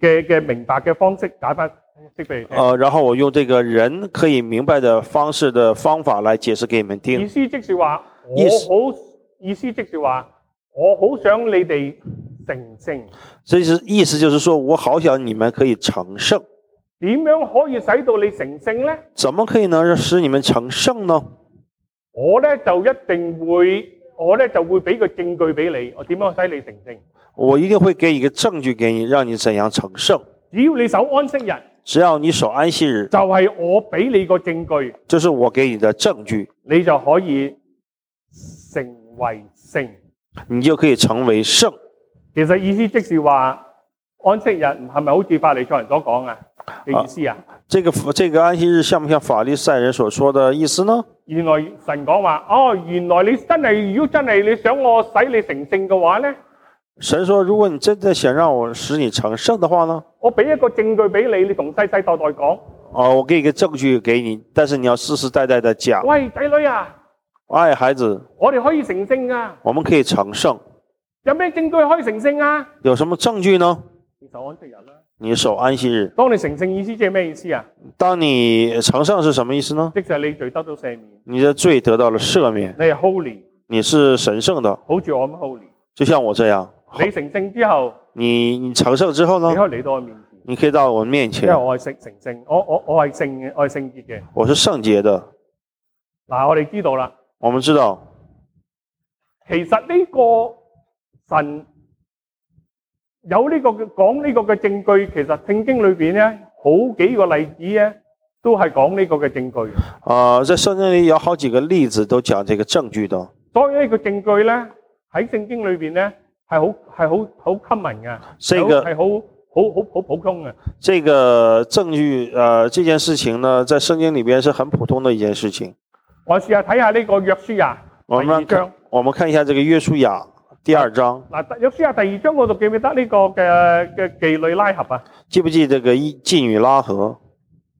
[SPEAKER 1] 嘅嘅明白嘅方式解翻釋俾你聽。
[SPEAKER 2] 呃，然后我用这个人可以明白的方式的方法来解释给你们
[SPEAKER 1] 意
[SPEAKER 2] 听。
[SPEAKER 1] 思即是話，
[SPEAKER 2] 意思
[SPEAKER 1] 我好意思即是話，我好想你哋成聖。
[SPEAKER 2] 这是意思就是说我好想你们可以成圣，
[SPEAKER 1] 點樣可以使到你成聖呢？
[SPEAKER 2] 怎么可以能使你们成圣呢？
[SPEAKER 1] 我咧就一定會，我咧就會俾個證據俾你，我點樣使你成聖？
[SPEAKER 2] 我一定会给你一个证据给你，让你怎样成圣。
[SPEAKER 1] 只要你守安息日，
[SPEAKER 2] 只要你守安息日，
[SPEAKER 1] 就係、我俾你個證據，
[SPEAKER 2] 这是我给你的证据，
[SPEAKER 1] 你就可以成為聖。
[SPEAKER 2] 你就可以成为圣。
[SPEAKER 1] 其實意思即是話安息日係咪好似法利賽人所講啊嘅意思啊？
[SPEAKER 2] 这个这个安息日像不像法利赛人所说的意思呢？
[SPEAKER 1] 原來神講話哦，原來你真係如果真係你想我使你成聖嘅話咧，
[SPEAKER 2] 神说，如果你真的想让我使你成圣的话呢，
[SPEAKER 1] 我俾一個證據俾你，你同世世代代講，
[SPEAKER 2] 啊，我给一个证据给你，但是你要世世代代的讲，
[SPEAKER 1] 喂仔女啊，
[SPEAKER 2] 哎，孩子，
[SPEAKER 1] 我哋可以成聖啊！
[SPEAKER 2] 我们可以成圣，
[SPEAKER 1] 有咩證據可以成聖啊？
[SPEAKER 2] 有什么证据呢？
[SPEAKER 1] 你守安息日啦。
[SPEAKER 2] 你守安息日，
[SPEAKER 1] 當你成聖意思即係咩意思啊？
[SPEAKER 2] 当你成圣是什么意思呢？
[SPEAKER 1] 即係你罪得到赦免，
[SPEAKER 2] 你的罪得到了赦免，
[SPEAKER 1] 你係 holy，
[SPEAKER 2] 你是神圣的，
[SPEAKER 1] 好似我咁 holy。
[SPEAKER 2] 就像我这样。
[SPEAKER 1] 你成聖之後，
[SPEAKER 2] 你你成圣之后
[SPEAKER 1] 你
[SPEAKER 2] 呢，
[SPEAKER 1] 可以嚟到我面前，
[SPEAKER 2] 你可以到我面
[SPEAKER 1] 因為
[SPEAKER 2] 前，
[SPEAKER 1] 我係成成聖，我我我係聖嘅，我係聖潔嘅。
[SPEAKER 2] 我是圣洁的。
[SPEAKER 1] 嗱，我哋知道啦，
[SPEAKER 2] 我们知道，
[SPEAKER 1] 其實呢個神有呢、個嘅講呢個嘅證據，其實聖經裏邊咧好幾個例子咧都係講呢個嘅證據。
[SPEAKER 2] 啊、在圣经里有好几个例子都讲这个证据的，
[SPEAKER 1] 所以呢個證據咧喺聖經裏邊咧係好係好好 common 嘅，
[SPEAKER 2] 这个
[SPEAKER 1] 係好好好好普通嘅。
[SPEAKER 2] 这个证据，呃，这件事情呢，在圣经里边是很普通的一件事情。
[SPEAKER 1] 我試下睇下呢個約書亞
[SPEAKER 2] 我
[SPEAKER 1] 第二
[SPEAKER 2] 们看，
[SPEAKER 1] 章
[SPEAKER 2] 我们看一下这个约书亚第二章，
[SPEAKER 1] 嗱，約書亞第二章嗰度記唔記得呢個嘅嘅妓女拉合啊？
[SPEAKER 2] 记不记得这个一妓女拉合？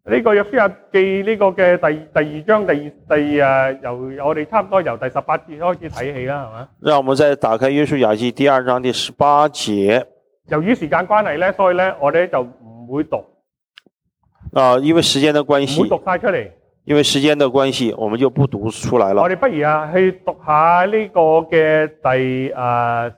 [SPEAKER 1] 呢個約書亞記呢個嘅第第二章第二第二誒，由我哋差唔多由第十八節開始睇起啦，係嘛？
[SPEAKER 2] 让我们再打开约书亚记第二章第十八节
[SPEAKER 1] 由於時間關係咧，所以咧我哋就唔會讀，
[SPEAKER 2] 啊、因为时间的关
[SPEAKER 1] 唔
[SPEAKER 2] 系
[SPEAKER 1] 會，讀晒出嚟。
[SPEAKER 2] 因为时间的关系，我们就不读出来了
[SPEAKER 1] 我。哋不如啊去讀下呢個嘅第誒、呃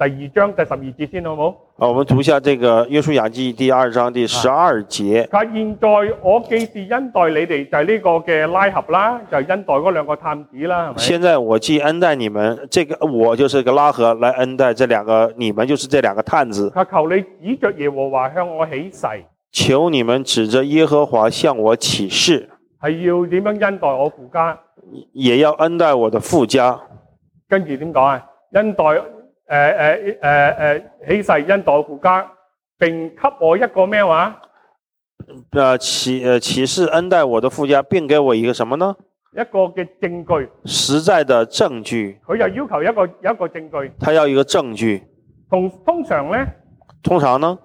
[SPEAKER 1] 第二章第十二節先好冇？
[SPEAKER 2] 啊，我们读一下这个约书亚记第二章第十二节。
[SPEAKER 1] 佢話：現在我既是恩待你哋，就係、呢個嘅拉合啦，就係、恩待嗰兩個探子啦，係咪？
[SPEAKER 2] 现在我既恩待你们，这个我就是个拉合来恩待这两个，你们就是这两个探子。
[SPEAKER 1] 佢話求你指着耶和華向我起誓，
[SPEAKER 2] 求你们指着耶和华向我起誓，
[SPEAKER 1] 係要點樣恩待我父家？
[SPEAKER 2] 也要恩待我的父家。
[SPEAKER 1] 跟住點講啊？恩待誒誒誒誒起誓恩待父家，並給我一個咩話？
[SPEAKER 2] 呃，起呃起誓恩待我的父家，并给我一个什么呢？
[SPEAKER 1] 一個嘅證據，
[SPEAKER 2] 实在的证据。
[SPEAKER 1] 佢就要求一個有一個證據。
[SPEAKER 2] 他要一个证据。
[SPEAKER 1] 同通常咧，
[SPEAKER 2] 通常呢，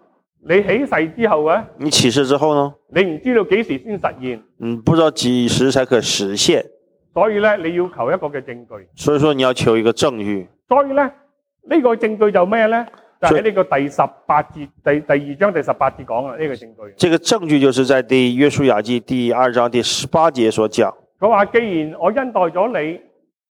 [SPEAKER 1] 你起誓之後咧，
[SPEAKER 2] 你起誓之后呢，
[SPEAKER 1] 你唔知道幾時先實現，
[SPEAKER 2] 嗯，不知道几时才可实现，
[SPEAKER 1] 所以咧你要求一個嘅證據。
[SPEAKER 2] 所以说你要求一个证据。
[SPEAKER 1] 所以咧呢、呢個證據就咩咧？就喺、呢個第十八節第第二章第十八節講啦，呢、個證據。
[SPEAKER 2] 这个证据就是在第约书亚记第二章第十八节所讲：
[SPEAKER 1] 佢話：既然我恩待咗你，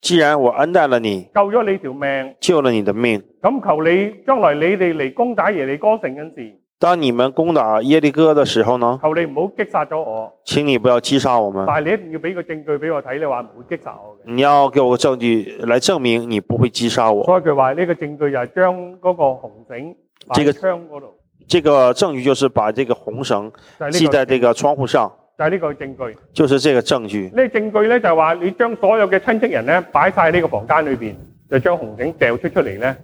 [SPEAKER 2] 既然我恩待了你，
[SPEAKER 1] 救咗你條命。
[SPEAKER 2] 救了你的命，
[SPEAKER 1] 咁求你將來你哋嚟攻打耶利哥城嗰陣時，
[SPEAKER 2] 当你们攻打耶利哥的时候呢，
[SPEAKER 1] 求你唔好擊殺咗我，
[SPEAKER 2] 请你不要击杀我们
[SPEAKER 1] 但。係你一定要俾個證據俾我睇，你話唔會擊殺我嘅。
[SPEAKER 2] 你要给我个证据来证明你不会击杀我。
[SPEAKER 1] 所以佢話呢個證據就係將嗰個紅繩擺喺
[SPEAKER 2] 這個
[SPEAKER 1] 窗嗰度，
[SPEAKER 2] 这个证据就是把这个红绳
[SPEAKER 1] 就係
[SPEAKER 2] 系
[SPEAKER 1] 呢個
[SPEAKER 2] 在这个窗户上，
[SPEAKER 1] 就係呢個證據。
[SPEAKER 2] 就是这个证据。
[SPEAKER 1] 呢個證據咧就係話你將所有嘅親戚人咧擺晒喺呢個房間裏邊，就將紅繩掉出出嚟咧，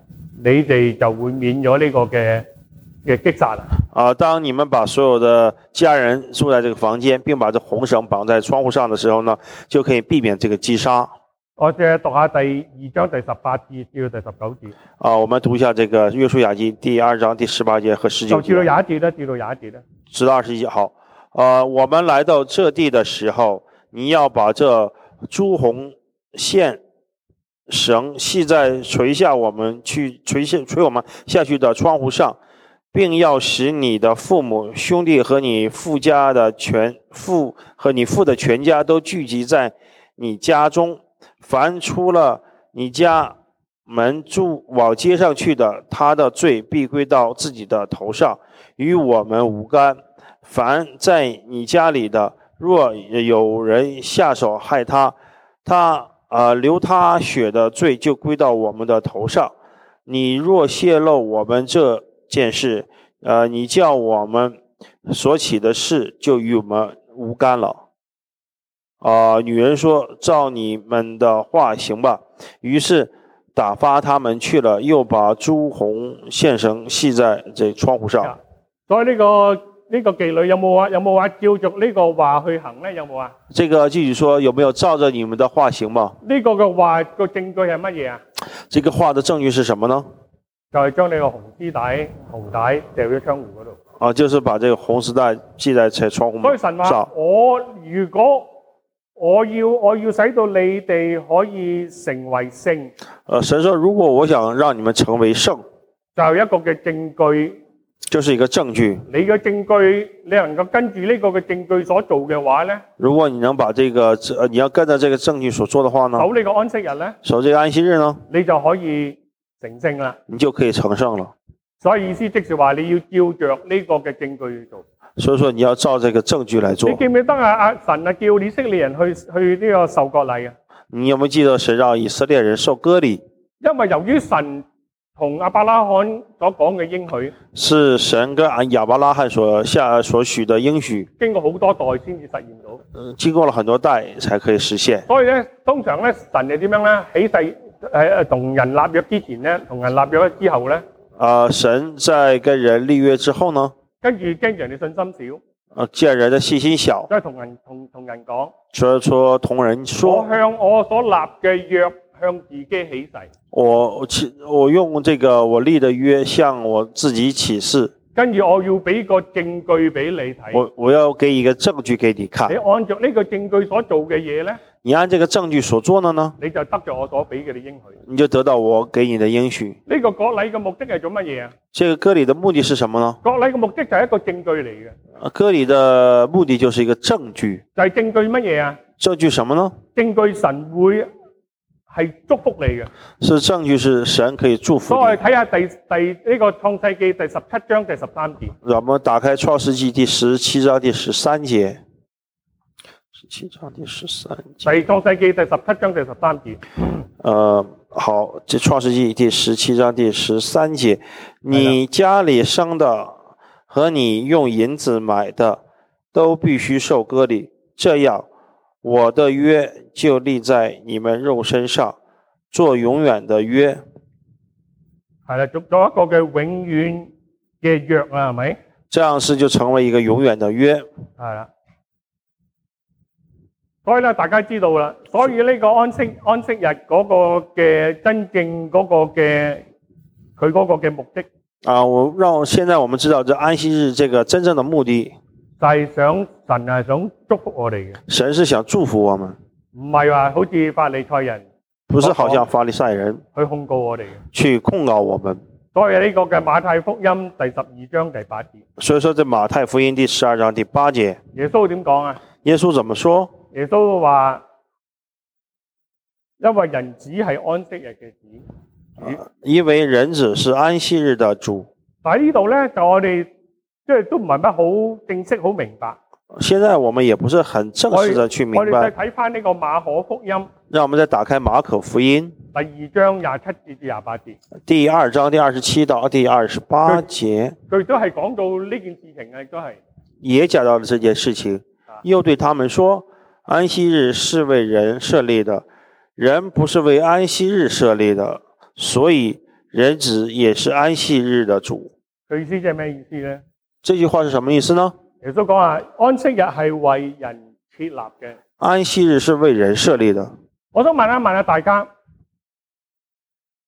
[SPEAKER 1] 你哋就會免咗呢個嘅嘅擊殺啦。
[SPEAKER 2] 啊、当你们把所有的家人住在这个房间，并把这红绳绑在窗户上的时候呢，就可以避免这个击杀。
[SPEAKER 1] 我再讀下第二章第十八節至到第十九節，
[SPEAKER 2] 啊、我们读一下这个《约书亚记》第二章第十八节和十九
[SPEAKER 1] 就至
[SPEAKER 2] 节
[SPEAKER 1] 到。廿一節啦，至到廿一節啦。
[SPEAKER 2] 直到二十一号。呃，我们来到这地的时候，你要把这朱红线绳系在垂下我们去垂下垂我们下去的窗户上，并要使你的父母、兄弟和你父家的全父和你父的全家都聚集在你家中。凡出了你家门住往街上去的，他的罪必归到自己的头上。与我们无干。凡在你家里的，若有人下手害他，他呃流他血的罪就归到我们的头上。你若泄露我们这件事，呃，你叫我们所起的事就与我们无干了。啊、女人说：“照你们的话行吧。”于是打发他们去了，又把朱红线绳系在这窗户上。
[SPEAKER 1] 所以呢、個呢、個妓女有冇話有冇話照着呢個話去行咧？有冇啊？
[SPEAKER 2] 这个继续说，有没有照着你们的话行吗？
[SPEAKER 1] 呢、個嘅話個證據係乜嘢啊？
[SPEAKER 2] 这个话的证据是什么呢？
[SPEAKER 1] 就係、將你個紅絲帶、紅帶掉咗窗戶嗰度。
[SPEAKER 2] 啊，就是把这个红丝帶系在在窗户
[SPEAKER 1] 所以神啊話
[SPEAKER 2] 上。
[SPEAKER 1] 我如果我要我要使到你哋可以成為聖，
[SPEAKER 2] 呃，神说，如果我想让你们成为圣，
[SPEAKER 1] 就有一個嘅證據。
[SPEAKER 2] 就是一个证据。
[SPEAKER 1] 你嘅證據，你能夠跟住呢個嘅證據所做嘅話咧，
[SPEAKER 2] 如果你能把这个，呃，你要跟着这个证据所做的话呢，
[SPEAKER 1] 守你個安息日咧，
[SPEAKER 2] 守这个安息日呢，
[SPEAKER 1] 你就可以成聖啦。
[SPEAKER 2] 你就可以成圣了。
[SPEAKER 1] 所以意思即是話你要照着呢個嘅證據去做。
[SPEAKER 2] 所以说，你要照这个证据来做
[SPEAKER 1] 你。記唔記得啊？阿神啊，叫以色列人去去呢個受割禮啊？
[SPEAKER 2] 你有没有记得神让以色列人受割礼？
[SPEAKER 1] 因為由於神同阿伯拉罕所講嘅應許，
[SPEAKER 2] 是神跟阿亚伯拉罕所下所许的应许，
[SPEAKER 1] 經過好多代先至實現到。
[SPEAKER 2] 嗯，经过了很多代才可以实现。
[SPEAKER 1] 所以咧，通常咧，神係點樣咧？起誓誒誒同人立約之前咧，同人立約之後咧，
[SPEAKER 2] 啊、神在跟人立约之后呢，
[SPEAKER 1] 跟住驚住人哋信心少，
[SPEAKER 2] 呃，见人的信心小，
[SPEAKER 1] 所以同人同同人講：
[SPEAKER 2] 所以说同人说
[SPEAKER 1] 我，向我所立嘅約向自己起誓，
[SPEAKER 2] 我我起我用这个我立的约向我自己起誓，
[SPEAKER 1] 跟住我要俾個證據俾你睇。
[SPEAKER 2] 我我要给一个证据给你看
[SPEAKER 1] 你，按照呢個證據所做嘅嘢咧，
[SPEAKER 2] 你按这个证据所做的呢，
[SPEAKER 1] 你就得咗我所俾嘅你應許。
[SPEAKER 2] 你就得到我给你的应许。
[SPEAKER 1] 呢、個割禮嘅目的係做乜嘢啊？
[SPEAKER 2] 这个割礼的目的是什么呢？
[SPEAKER 1] 割禮嘅目的就係一個證據嚟嘅，
[SPEAKER 2] 呃割礼的目的就是一个证据，
[SPEAKER 1] 就係、證據乜嘢啊？
[SPEAKER 2] 证据什么呢？
[SPEAKER 1] 證據神會係祝福你嘅。
[SPEAKER 2] 是证据是神可以祝福
[SPEAKER 1] 所以我哋
[SPEAKER 2] 你。
[SPEAKER 1] 睇下第第呢、個創世記第十七章第十三節，
[SPEAKER 2] 我们打开《创世纪》第十七章第十三节，十七章第十三
[SPEAKER 1] 第
[SPEAKER 2] 节。
[SPEAKER 1] 創世記第十七章第十三節，
[SPEAKER 2] 呃，好，这《创世纪》第十七章第十三节，你家里生的和你用银子买的，都必须受割礼。这样，我的约就立在你们肉身上，做永远的约，
[SPEAKER 1] 係啦，做咗一個嘅永遠嘅約啊，係咪？
[SPEAKER 2] 这样是就成为一个永远的约。
[SPEAKER 1] 係啦。所以咧，大家知道啦。所以呢個安息安息日嗰個嘅真正嗰個嘅佢嗰個嘅目的，就
[SPEAKER 2] 啊，我让我现在我们知道这安息日这个真正的目的，
[SPEAKER 1] 係、想神係想祝福我哋嘅，
[SPEAKER 2] 神是想祝福我们，
[SPEAKER 1] 唔係話好似法利賽人
[SPEAKER 2] 不是好像法利赛人
[SPEAKER 1] 去控告我哋嘅。
[SPEAKER 2] 去控告我们。
[SPEAKER 1] 所以呢個嘅馬太福音第十二章第八節。
[SPEAKER 2] 所以说，在马太福音第十二章第八节，
[SPEAKER 1] 耶穌點講啊？
[SPEAKER 2] 耶稣怎么说？
[SPEAKER 1] 耶穌話：因為人子係安息日嘅子。
[SPEAKER 2] 因为人子是安息日的主。
[SPEAKER 1] 但係呢度咧，就我哋即係都唔係乜好正式好明白。
[SPEAKER 2] 现在我们也不是很正式的去明
[SPEAKER 1] 我哋再
[SPEAKER 2] 白。
[SPEAKER 1] 睇翻呢個馬可福音
[SPEAKER 2] 让我们再打开马可福音
[SPEAKER 1] 第二章廿七節至廿八節，
[SPEAKER 2] 第二章第二十七到第二十八节，
[SPEAKER 1] 佢都係講到呢件事情嘅，亦都係
[SPEAKER 2] 也讲到了这件事情
[SPEAKER 1] 啊，
[SPEAKER 2] 又对他们说：安息日是为人设立的，人不是为安息日设立的，所以人子也是安息日的主。
[SPEAKER 1] 佢意思即係咩意思咧？
[SPEAKER 2] 这句话是什么意思呢？
[SPEAKER 1] 耶穌講話安息日係為人設立嘅。
[SPEAKER 2] 安息日是为人设立的。
[SPEAKER 1] 我想問一問下啊大家，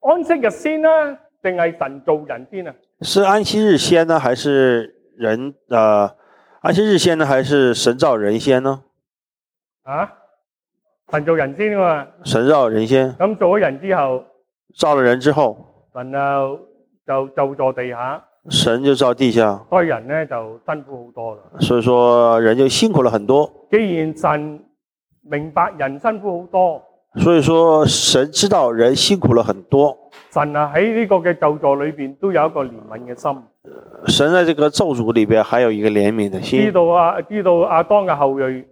[SPEAKER 1] 安息日先啦，定係神做人先啊？
[SPEAKER 2] 是安息日先呢，还是人呃，安息日先呢，还是神造人先呢？
[SPEAKER 1] 啊，神做人先啊嘛，
[SPEAKER 2] 神造人先，
[SPEAKER 1] 咁做咗人之後，
[SPEAKER 2] 造了人之后，
[SPEAKER 1] 神啊就就坐地下，
[SPEAKER 2] 神就造地下，
[SPEAKER 1] 所以人咧就辛苦好多啦。
[SPEAKER 2] 所以说人就辛苦了很多。
[SPEAKER 1] 既然神明白人辛苦好多，
[SPEAKER 2] 所以说神知道人辛苦了很多，
[SPEAKER 1] 神啊喺呢個嘅就座裏邊都有一個憐憫嘅心，
[SPEAKER 2] 神在这个咒诅里边还有一个怜悯的
[SPEAKER 1] 知
[SPEAKER 2] 心，
[SPEAKER 1] 道啊知道亞當嘅後裔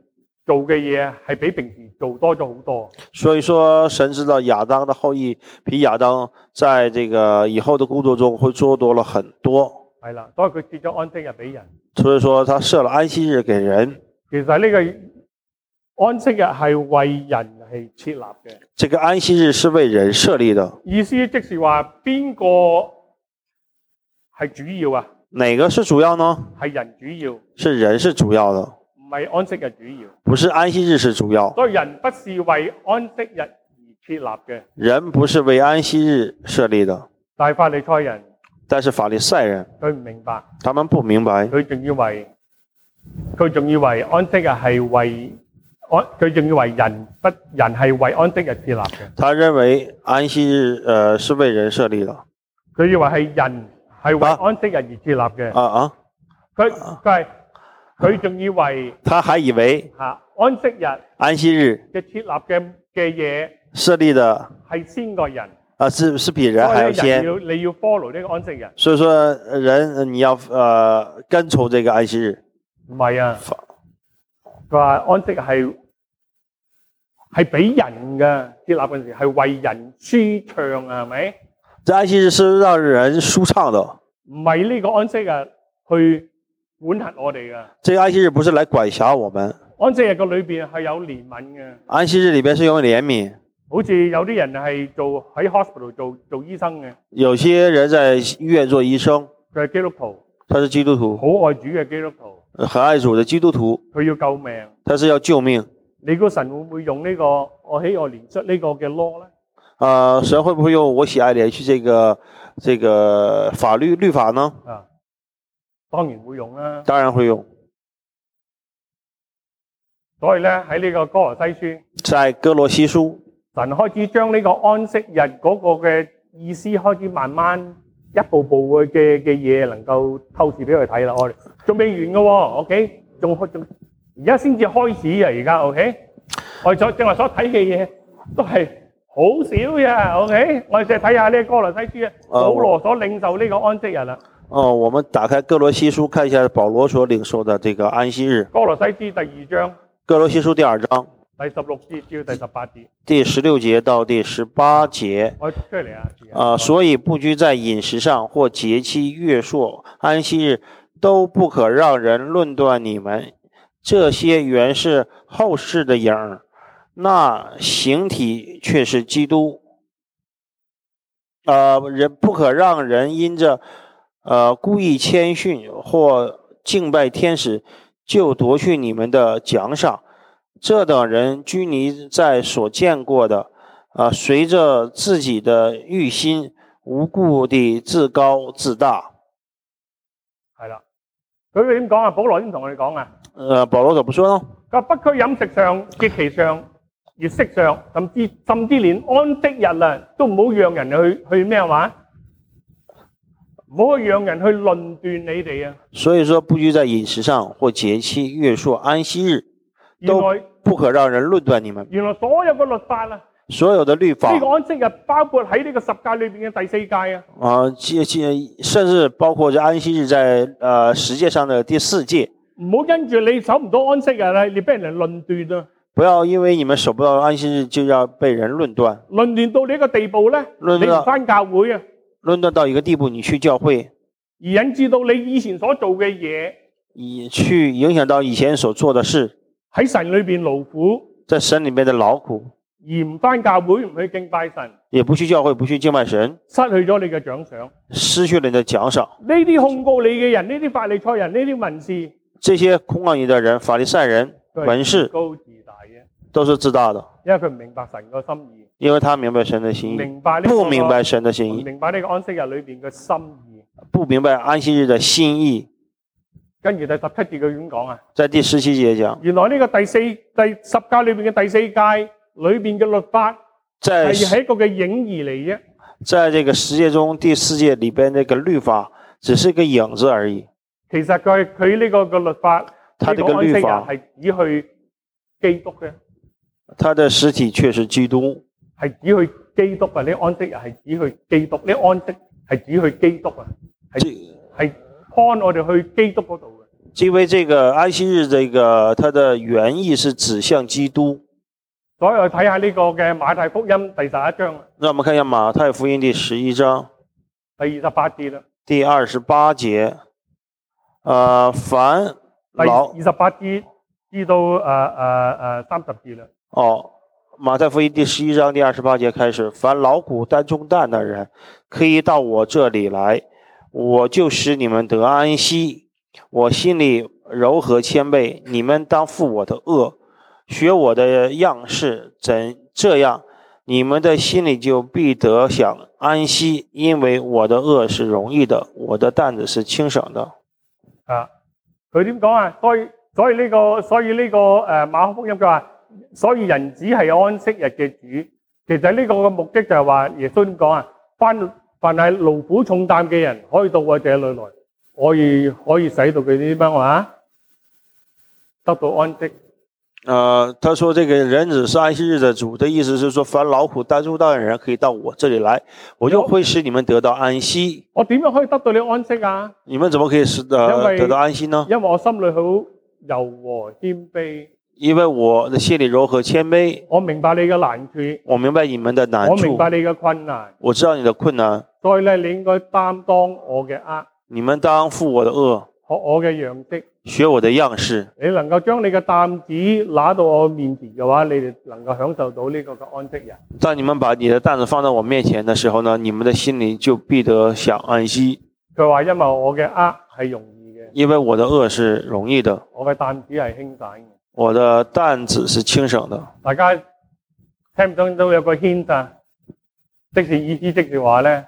[SPEAKER 1] 做嘅嘢係比平時做多咗好多，
[SPEAKER 2] 所以说神知道亚当的后裔比亚当在这个以后的工作中会做多了很多。
[SPEAKER 1] 係啦，所以佢設咗安息日俾人。
[SPEAKER 2] 所以说他设了安息日给人，
[SPEAKER 1] 其實呢個安息日係為人係設立嘅。
[SPEAKER 2] 这个安息日是为人设立的。
[SPEAKER 1] 意思即是話邊個係主要啊？
[SPEAKER 2] 哪个是主要呢？
[SPEAKER 1] 係人主要，唔
[SPEAKER 2] 是人是主要的，
[SPEAKER 1] 係安息日主要。
[SPEAKER 2] 不是安息日是主要。
[SPEAKER 1] 所以人不是為安息日而設立嘅，
[SPEAKER 2] 人不是为安息日设立的，
[SPEAKER 1] 但係法利賽人
[SPEAKER 2] 但是法利赛人
[SPEAKER 1] 佢唔明白，
[SPEAKER 2] 他们不明白，
[SPEAKER 1] 佢仲以為佢仲以為安息日係為安，佢仲以為人不人係為安息日設立嘅，
[SPEAKER 2] 他认为安息日呃是为人设立的
[SPEAKER 1] 佢以為係人係為
[SPEAKER 2] 啊
[SPEAKER 1] 安息日而設立嘅，
[SPEAKER 2] 啊啊！
[SPEAKER 1] 佢佢係佢仲以為
[SPEAKER 2] 他还以为
[SPEAKER 1] 嚇、啊安息日
[SPEAKER 2] 安息日
[SPEAKER 1] 嘅設立嘅嘅嘢
[SPEAKER 2] 设立的
[SPEAKER 1] 係先過人。
[SPEAKER 2] 啊是是比人
[SPEAKER 1] 所以
[SPEAKER 2] 还要
[SPEAKER 1] 人
[SPEAKER 2] 先，
[SPEAKER 1] 要你要 follow 呢個安息日，
[SPEAKER 2] 所以说呃人呃你要呃跟从这个安息日。
[SPEAKER 1] à. 唔係啊
[SPEAKER 2] 法。
[SPEAKER 1] Dạ 佢話安息係係俾人嘅設立嗰陣時係為人舒暢啊，係咪？
[SPEAKER 2] 这安息日是让人舒畅的，
[SPEAKER 1] 唔係呢個安息日去管轄我哋嘅。
[SPEAKER 2] 这个安息日不是来管辖我们，
[SPEAKER 1] 安息日嘅裏邊係有憐憫嘅，
[SPEAKER 2] 安息日里边是有怜悯。
[SPEAKER 1] 好似有啲人係做喺 hospital 做做醫生嘅，
[SPEAKER 2] 有些人在医院做医生，
[SPEAKER 1] 佢係基督徒，
[SPEAKER 2] 他是基督徒，
[SPEAKER 1] 好愛主嘅基督徒，
[SPEAKER 2] 呃很爱主的基督徒，
[SPEAKER 1] 佢要救命。
[SPEAKER 2] 他是要救命。
[SPEAKER 1] 你估神會唔會用呢、個我喜愛憐恤呢個嘅 law 咧？
[SPEAKER 2] 呃，神会不会用我喜爱连续这个这个法律律法呢？
[SPEAKER 1] 啊，當然會用啦。
[SPEAKER 2] 当然会用。
[SPEAKER 1] 所以咧喺呢個哥羅西書，
[SPEAKER 2] 在哥罗西书，
[SPEAKER 1] 神開始將呢個安息日嗰個嘅意思開始慢慢一步步嘅嘅嘅嘢能夠透視俾佢睇啦。我哋仲未完嘅喎、o k 仲開仲而家先至開始啊！而家 OK，我哋所正話所睇嘅嘢都係好少嘅，OK。我哋就睇下呢個哥羅西書啊，
[SPEAKER 2] 啊
[SPEAKER 1] 保
[SPEAKER 2] 我
[SPEAKER 1] 羅所領受呢個安息日啦。
[SPEAKER 2] 哦，我们打开哥罗西书看一下保罗所领受的这个安息日。
[SPEAKER 1] 哥羅西書第二章
[SPEAKER 2] 哥罗西书第二章
[SPEAKER 1] 第十六節至到第十八節，
[SPEAKER 2] 第十六节到第十八节。
[SPEAKER 1] 我讀出嚟啊。
[SPEAKER 2] 啊，所以不拘在饮食上或节期、月朔、安息日，都不可让人论断你们。这些原是后世的影儿，那形体却是基督。呃，人不可让人因着呃故意谦逊或敬拜天使，就夺去你们的奖赏。这等人拘泥在所见过的，啊，随着自己的欲心，无故地自高自大。
[SPEAKER 1] 係啦，佢點講啊？保羅點同我哋講啊？
[SPEAKER 2] 呃，保罗怎么说呢？
[SPEAKER 1] 佢話不拘飲食上、節期上、月色上，甚至甚至連安息日啊，都唔好讓人去去咩話，唔好去讓人去論斷你哋啊！
[SPEAKER 2] 所以说，不拘在饮食上或节期、月朔、安息日，
[SPEAKER 1] 原
[SPEAKER 2] 都
[SPEAKER 1] 來
[SPEAKER 2] 不可让人论断你们。
[SPEAKER 1] 原來所有嘅律法啊，
[SPEAKER 2] 所有的律法
[SPEAKER 1] 呢、個安息日包括喺呢個十戒裏邊嘅第四戒啊，
[SPEAKER 2] 啊，戒戒，甚至包括这安息日在呃十诫上的第四诫，
[SPEAKER 1] 唔好因住你守唔到安息日啊，你俾人嚟論斷啊，
[SPEAKER 2] 不要因为你们守不到安息日就要被人论断，
[SPEAKER 1] 論斷到你一個地步咧，
[SPEAKER 2] 論斷
[SPEAKER 1] 你唔翻教會啊，
[SPEAKER 2] 论断到一个地步，你去教会，
[SPEAKER 1] 而引致到你以前所做嘅嘢
[SPEAKER 2] 以去影响到以前所做的事，
[SPEAKER 1] 喺神裏邊勞苦，
[SPEAKER 2] 在神里面的劳苦。
[SPEAKER 1] 而唔翻教會，唔去敬拜神。
[SPEAKER 2] 也不去教会，不去敬拜神，
[SPEAKER 1] 失去咗你嘅獎賞。
[SPEAKER 2] 失去了你的奖赏。
[SPEAKER 1] 呢啲控告你嘅人，呢啲法利賽人，呢啲文士，
[SPEAKER 2] 这些控告你的人，法利赛人、
[SPEAKER 1] 對
[SPEAKER 2] 文
[SPEAKER 1] 自
[SPEAKER 2] 士
[SPEAKER 1] 高自大嘅，
[SPEAKER 2] 都是自大的，
[SPEAKER 1] 因為佢唔明白神嘅心意，
[SPEAKER 2] 因为他明白神的
[SPEAKER 1] 唔
[SPEAKER 2] 心意，
[SPEAKER 1] 明白呢、
[SPEAKER 2] 不明白，神的
[SPEAKER 1] 唔
[SPEAKER 2] 心意，
[SPEAKER 1] 明白呢個安息日裏邊嘅心意。
[SPEAKER 2] 不明白安息日的心意。
[SPEAKER 1] 跟住第十七節佢點講啊？
[SPEAKER 2] 在第十七节讲，
[SPEAKER 1] 原來呢個第四、第十戒裏邊嘅第四戒裏邊嘅律法
[SPEAKER 2] 在
[SPEAKER 1] 係係一個嘅影兒嚟啫，
[SPEAKER 2] 在这个十诫中第四诫里边那个律法只是个影子而已，
[SPEAKER 1] 其實佢佢呢個嘅律法，
[SPEAKER 2] 他
[SPEAKER 1] 呢
[SPEAKER 2] 这
[SPEAKER 1] 個
[SPEAKER 2] 个
[SPEAKER 1] 安息
[SPEAKER 2] 律
[SPEAKER 1] 日
[SPEAKER 2] 法，
[SPEAKER 1] 係指去基督嘅，
[SPEAKER 2] 他的实体却是基督，
[SPEAKER 1] 係指去基督啊！呢個安息日係指去基督，呢個安息係指去基督啊！
[SPEAKER 2] 这
[SPEAKER 1] 係 point 我哋去基督嗰度嘅。
[SPEAKER 2] 因为这个安息日这个它的原意是指向基督。
[SPEAKER 1] 所以我睇下呢個嘅馬太福音第十一章啊
[SPEAKER 2] 让我们看一下马太福音第十一章。
[SPEAKER 1] 第二十八節啦，
[SPEAKER 2] 第二十八节，呃，凡
[SPEAKER 1] 第
[SPEAKER 2] 劳
[SPEAKER 1] 二十八節至到誒誒誒三十節啦。
[SPEAKER 2] 哦，马太福音第十一章第二十八节开始，凡劳苦担重担的人，可以到我这里来，我就使你们得安息。我心里柔和谦卑，你们当负我的恶，学我的样式，怎这样，你们的心里就必得享安息，因为我的恶是容易的，我的担子是轻省的。
[SPEAKER 1] 啊，佢點講啊？所以所以呢、個所以呢、個誒、呃、馬可福音佢話，所以人子係安息日嘅主。其實呢個嘅目的就係話，耶穌點講啊？凡凡係勞苦重擔嘅人，可以到我這裏來，可以可以使到佢啲乜話得到安息。
[SPEAKER 2] 呃，他说这个人子是安息日的主的意思是说，凡劳苦担重担的人可以到我这里来，我就会使你们得到安息。
[SPEAKER 1] 我點樣可以得到你安息啊？
[SPEAKER 2] 你们怎么可以使
[SPEAKER 1] 因
[SPEAKER 2] 得
[SPEAKER 1] 为
[SPEAKER 2] 得到安息呢？
[SPEAKER 1] 因為我心裏好柔和謙卑，
[SPEAKER 2] 因为我的心里柔和谦卑，
[SPEAKER 1] 我明白你嘅難處，
[SPEAKER 2] 我明白你们的难
[SPEAKER 1] 我明
[SPEAKER 2] 处，
[SPEAKER 1] 白你嘅困難，
[SPEAKER 2] 我知道你的困难，
[SPEAKER 1] 所以咧你應該擔當我嘅軛，
[SPEAKER 2] 你们当负我的恶，
[SPEAKER 1] 學我嘅樣式。
[SPEAKER 2] 学我的样式。
[SPEAKER 1] 你能夠將你嘅擔子拿到我面前嘅話，你哋能夠享受到呢個嘅安息日。
[SPEAKER 2] 当你们把你的担子放到我面前的时候呢，你们的心里就必得享安息，
[SPEAKER 1] 佢話因為我嘅軛係容易嘅，
[SPEAKER 2] 因为我的恶是容易的，
[SPEAKER 1] 我嘅擔子係輕省嘅。
[SPEAKER 2] 我的担子是轻省的。
[SPEAKER 1] 大家聽唔聽到有個 hint 啊？即是意思，即是話咧，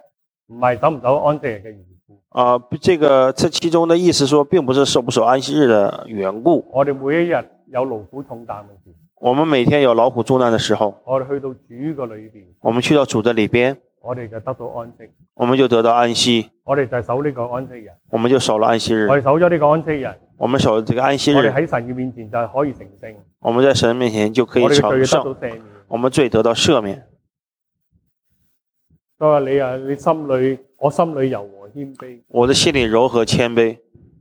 [SPEAKER 1] 唔係守唔守安息日嘅緣故。
[SPEAKER 2] 啊、这个这其中的意思说，并不是守不守安息日的缘故。
[SPEAKER 1] 我哋每一日有勞苦重擔嘅事，
[SPEAKER 2] 我们每天有劳苦重担的时候，
[SPEAKER 1] 我哋去到主嘅裏邊，
[SPEAKER 2] 我们去到主的里边，
[SPEAKER 1] 我哋就得到安息。
[SPEAKER 2] 我们就得到安息，
[SPEAKER 1] 我哋就係守呢個安息日，
[SPEAKER 2] 我们就守了安息日
[SPEAKER 1] 我。哋守咗呢個安息日，
[SPEAKER 2] 我们守这个安息
[SPEAKER 1] 我哋
[SPEAKER 2] 日，
[SPEAKER 1] 喺神嘅面前就係可以成聖，
[SPEAKER 2] 我们在神面前就可以
[SPEAKER 1] 我哋嘅罪
[SPEAKER 2] 成
[SPEAKER 1] 得到
[SPEAKER 2] 圣，
[SPEAKER 1] 赦免。
[SPEAKER 2] 我们罪得到赦免。
[SPEAKER 1] 所以你啊，你心裏我心裏柔和謙卑。
[SPEAKER 2] 我的心里柔和谦卑。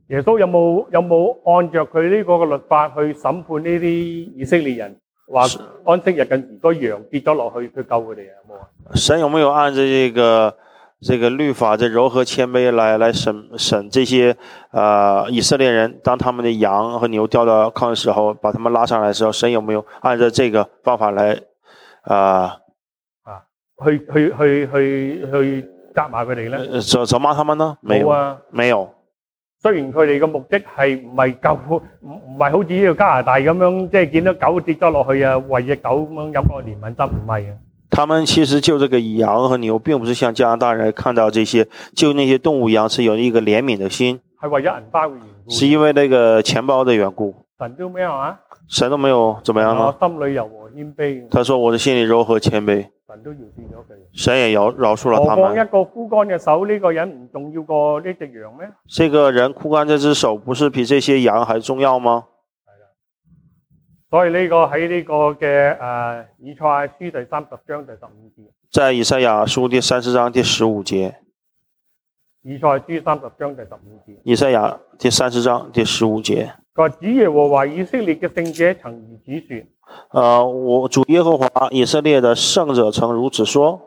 [SPEAKER 1] 耶穌有冇有冇按着佢呢個嘅律法去審判呢啲以色列人？話
[SPEAKER 2] 是
[SPEAKER 1] 安息日近時個羊跌咗落去，佢救佢哋啊？有冇啊？
[SPEAKER 2] 神有没有按照这个这个律法这柔和谦卑来来审审这些呃以色列人？当他们的羊和牛掉到坑的时候，把他们拉上来的时候，神有没有按照这个方法来啊
[SPEAKER 1] 去去去去去責罵佢哋咧？
[SPEAKER 2] 呃责责骂他们呢？没有，
[SPEAKER 1] 啊！
[SPEAKER 2] 没有。
[SPEAKER 1] 雖然佢哋嘅目的係唔係救，唔唔係好似呢個加拿大咁樣，即係見到狗跌咗落去啊，為只狗咁樣有個憐憫心，唔係啊。
[SPEAKER 2] 他们其实就这个羊和牛，并不是像加拿大人看到这些就那些动物一样，是有一个怜悯的心。
[SPEAKER 1] 係為咗銀包嘅緣故。
[SPEAKER 2] 是因为那个钱包的缘故，
[SPEAKER 1] 神都咩啊？
[SPEAKER 2] 神都没有怎么样呢？
[SPEAKER 1] 我心裏柔和謙卑，
[SPEAKER 2] 他说我的心里柔和谦卑，
[SPEAKER 1] 神都饒恕咗佢。
[SPEAKER 2] 神也饶饶恕了
[SPEAKER 1] 何
[SPEAKER 2] 他
[SPEAKER 1] 況
[SPEAKER 2] 们。
[SPEAKER 1] 一個枯乾嘅手，呢、個人唔重要過呢只羊咩？
[SPEAKER 2] 这个人枯干这只手，不是比这些羊还重要吗？
[SPEAKER 1] 所以呢個喺呢個嘅誒以賽亞書第三十章第十五節，
[SPEAKER 2] 在以赛亞书第三十章第十五节，
[SPEAKER 1] 以賽亞書三十章第十五節，
[SPEAKER 2] 以赛亞第三十章第十五节，
[SPEAKER 1] 佢話主耶和華以色列嘅聖者曾如此説：
[SPEAKER 2] 呃，我主耶和华以色列的圣者曾如此说：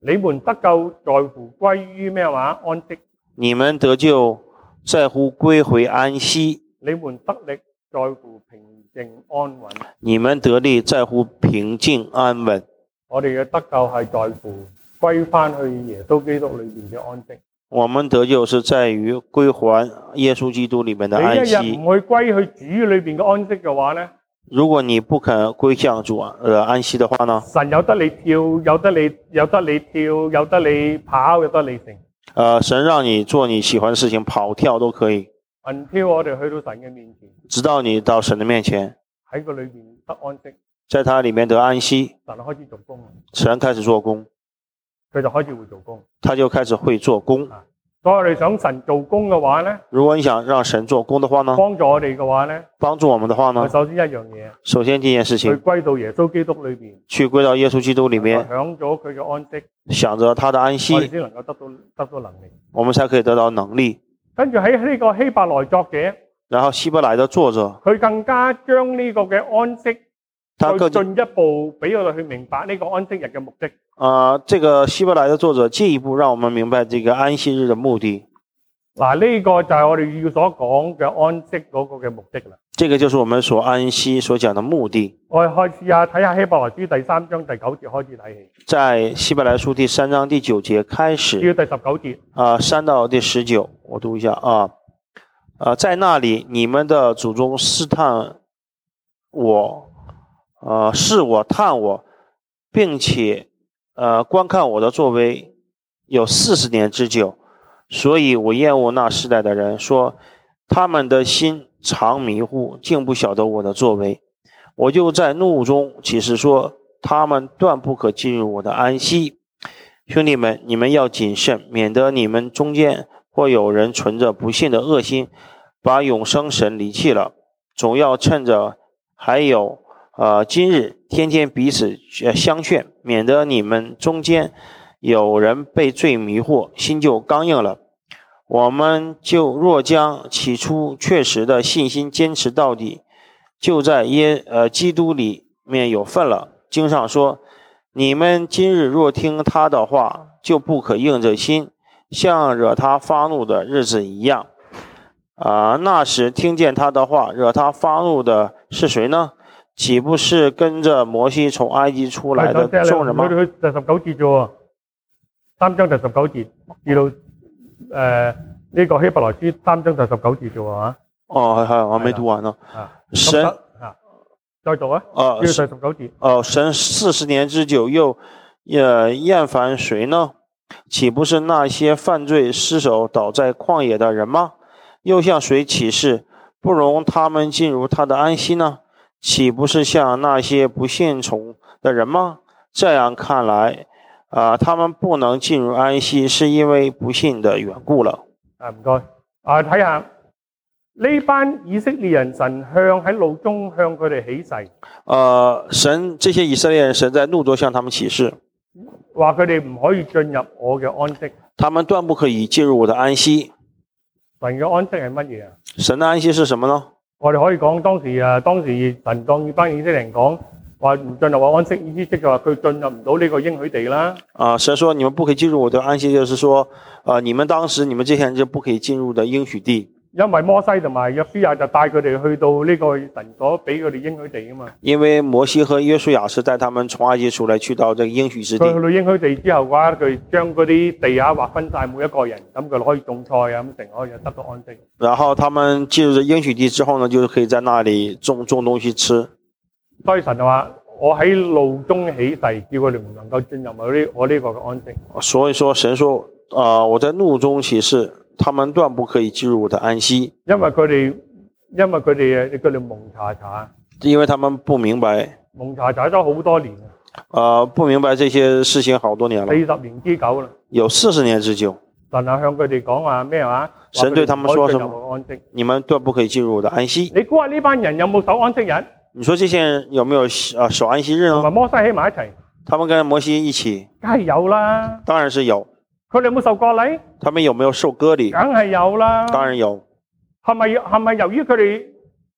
[SPEAKER 1] 你們得救在乎歸於咩話安息，
[SPEAKER 2] 你们得救在乎归回安息，
[SPEAKER 1] 你們得力在乎平靜安穩。
[SPEAKER 2] 你们得力在乎平静安稳。
[SPEAKER 1] 我哋嘅得救係在乎歸翻去耶穌基督裏邊嘅安息。
[SPEAKER 2] 我们得救是在于归还耶稣基督里面的安
[SPEAKER 1] 你一日唔
[SPEAKER 2] 息。
[SPEAKER 1] 去歸去主裏邊嘅安息嘅話呢，
[SPEAKER 2] 如果你不肯归向主呃安息的话呢，
[SPEAKER 1] 神有得你跳，有得你有得你跳，有得你跑，有得你成。
[SPEAKER 2] 呃，神让你做你喜欢的事情，跑跳都可以，
[SPEAKER 1] until 我哋去到神嘅面前，
[SPEAKER 2] 直到你到神的面前，
[SPEAKER 1] 喺佢裏邊得安息，
[SPEAKER 2] 在他里面得安息。
[SPEAKER 1] 神開始做工啦，
[SPEAKER 2] 神开始做工，
[SPEAKER 1] 佢就開始會做工。
[SPEAKER 2] 他就开始会做工。
[SPEAKER 1] 所以我哋想神做工嘅話呢，
[SPEAKER 2] 如果你想让神做工的话呢，
[SPEAKER 1] 幫助我哋嘅話呢，
[SPEAKER 2] 帮助我们的
[SPEAKER 1] 佢
[SPEAKER 2] 话呢，
[SPEAKER 1] 首先一樣嘢，
[SPEAKER 2] 首先第一件事
[SPEAKER 1] 佢
[SPEAKER 2] 情，
[SPEAKER 1] 歸到耶穌基督裏邊，
[SPEAKER 2] 去归到耶稣基督里面，
[SPEAKER 1] 享咗佢嘅安息，
[SPEAKER 2] 想着他的安
[SPEAKER 1] 我哋
[SPEAKER 2] 息，
[SPEAKER 1] 先能夠得到得到能力。
[SPEAKER 2] 我们才可以得到能力。
[SPEAKER 1] 跟住喺呢個希伯來作者，
[SPEAKER 2] 然后希伯来的作者，
[SPEAKER 1] 佢更加將呢個嘅安息，
[SPEAKER 2] 他更
[SPEAKER 1] 再進一步俾我哋去明白呢個安息日嘅目的。
[SPEAKER 2] 啊、这个希伯来的作者进一步让我们明白这个安息日的目的，
[SPEAKER 1] 嗱，呢個就係我哋要所講嘅安息嗰個嘅目的啦。
[SPEAKER 2] 这个就是我们所安息所讲的目的。
[SPEAKER 1] 我哋開始啊，睇下希伯來書第三章第九節開始睇起，
[SPEAKER 2] 在希伯来书第三章第九节
[SPEAKER 1] 至
[SPEAKER 2] 开始，
[SPEAKER 1] 到第十九節，
[SPEAKER 2] 啊、三到第十九，我读一下啊，呃，在那里你们的祖宗试探我，呃，试我探我，并且呃观看我的作为有四十年之久，所以我厌恶那世代的人，说他们的心常迷糊，竟不晓得我的作为。我就在怒中起誓说，他们断不可进入我的安息。兄弟们，你们要谨慎，免得你们中间或有人存着不信的恶心，把永生神离弃了。总要趁着还有呃今日，天天彼此呃相劝，免得你们中间有人被罪迷惑，心就刚硬了。我们就若将起初确实的信心坚持到底，就在耶呃基督里面有份了。经上说：“你们今日若听他的话，就不可硬着心，像惹他发怒的日子一样。”啊，那时听见他的话，惹他发怒的是谁呢？岂不是跟着摩西从埃及出来的
[SPEAKER 3] 即係你
[SPEAKER 2] 众人吗？
[SPEAKER 3] 去到第十九節啫喎，三章第十九節至到誒呢個希伯來書三章第十九節啫喎嚇。
[SPEAKER 2] 哦，还我没读完呢
[SPEAKER 3] 啊。咁
[SPEAKER 2] 神
[SPEAKER 3] 得啊，再讀啊，呢
[SPEAKER 2] 呃
[SPEAKER 3] 個第十九節。
[SPEAKER 2] 呃，神四十年之久又呃厌烦谁呢？岂不是那些犯罪失手倒在旷野的人吗？又向谁起誓不容他们进入他的安息呢？岂不是像那些不信从的人吗？这样看来，啊、他们不能进入安息，是因为不信的缘故了。
[SPEAKER 1] 啊，唔該。啊，睇下呢班以色列人，神向喺路中向佢哋起誓，
[SPEAKER 2] 呃，神这些以色列人，神在怒中向他们起誓，
[SPEAKER 1] 話佢哋唔可以進入我嘅安息。
[SPEAKER 2] 他们断不可以进入我的安息。
[SPEAKER 1] 神嘅安息係乜嘢啊？
[SPEAKER 2] 神的安息是什么呢？
[SPEAKER 1] 我哋可以講當時啊，當時神當班以色列人講話唔進入我安息，意思即係話佢進入唔到呢個應許地啦。
[SPEAKER 2] 啊、神说你们不可以进入我的安息，就是说，呃，你们当时你们这些人就不可以进入的应许地，
[SPEAKER 1] 因為摩西同埋約書亞就帶佢哋去到呢個神所俾佢哋應許地啊嘛。
[SPEAKER 2] 因为摩西和约书亚是带他们从埃及出来，去到这个应许
[SPEAKER 1] 佢
[SPEAKER 2] 之
[SPEAKER 1] 去
[SPEAKER 2] 地。
[SPEAKER 1] 到應許地之後嘅話，佢將嗰啲地下劃分晒每一個人，咁佢可以種菜啊，咁成可以得到安息。
[SPEAKER 2] 然后他们进入这应许地之后呢，就是可以在那里种种东西吃。
[SPEAKER 1] 所以神就話：我喺路中起誓，叫佢哋唔能夠進入我呢我呢個嘅安息。
[SPEAKER 2] 所以说，神说，啊、我在怒中起誓，他们断不可以进入我的安息，
[SPEAKER 1] 因為佢哋，因為佢哋，佢哋蒙查查，
[SPEAKER 2] 因为他们不明白，
[SPEAKER 1] 蒙查查咗好多年，
[SPEAKER 2] 呃，不明白这些事情好多年
[SPEAKER 1] 四
[SPEAKER 2] 了，
[SPEAKER 1] 十年之久啦。
[SPEAKER 2] 有四十年之久。
[SPEAKER 1] 神啊，向佢哋講話咩話？
[SPEAKER 2] 神對他們說什麼
[SPEAKER 1] 話佢哋唔可以進入我安息。
[SPEAKER 2] 你们断不可以进入我的安息。
[SPEAKER 1] 你估下呢班人有冇守安息日？
[SPEAKER 2] 你说这些人有没有啊守安息日
[SPEAKER 1] 同
[SPEAKER 2] 呢？
[SPEAKER 1] 埋摩西喺埋一齊，
[SPEAKER 2] 他们跟摩西一起，
[SPEAKER 1] 梗係有啦。
[SPEAKER 2] 当然是有。
[SPEAKER 1] 佢哋有冇受過禮？
[SPEAKER 2] 他们有没有受割礼？
[SPEAKER 1] 梗係有啦。
[SPEAKER 2] 当然有。
[SPEAKER 1] 係咪係咪由於佢哋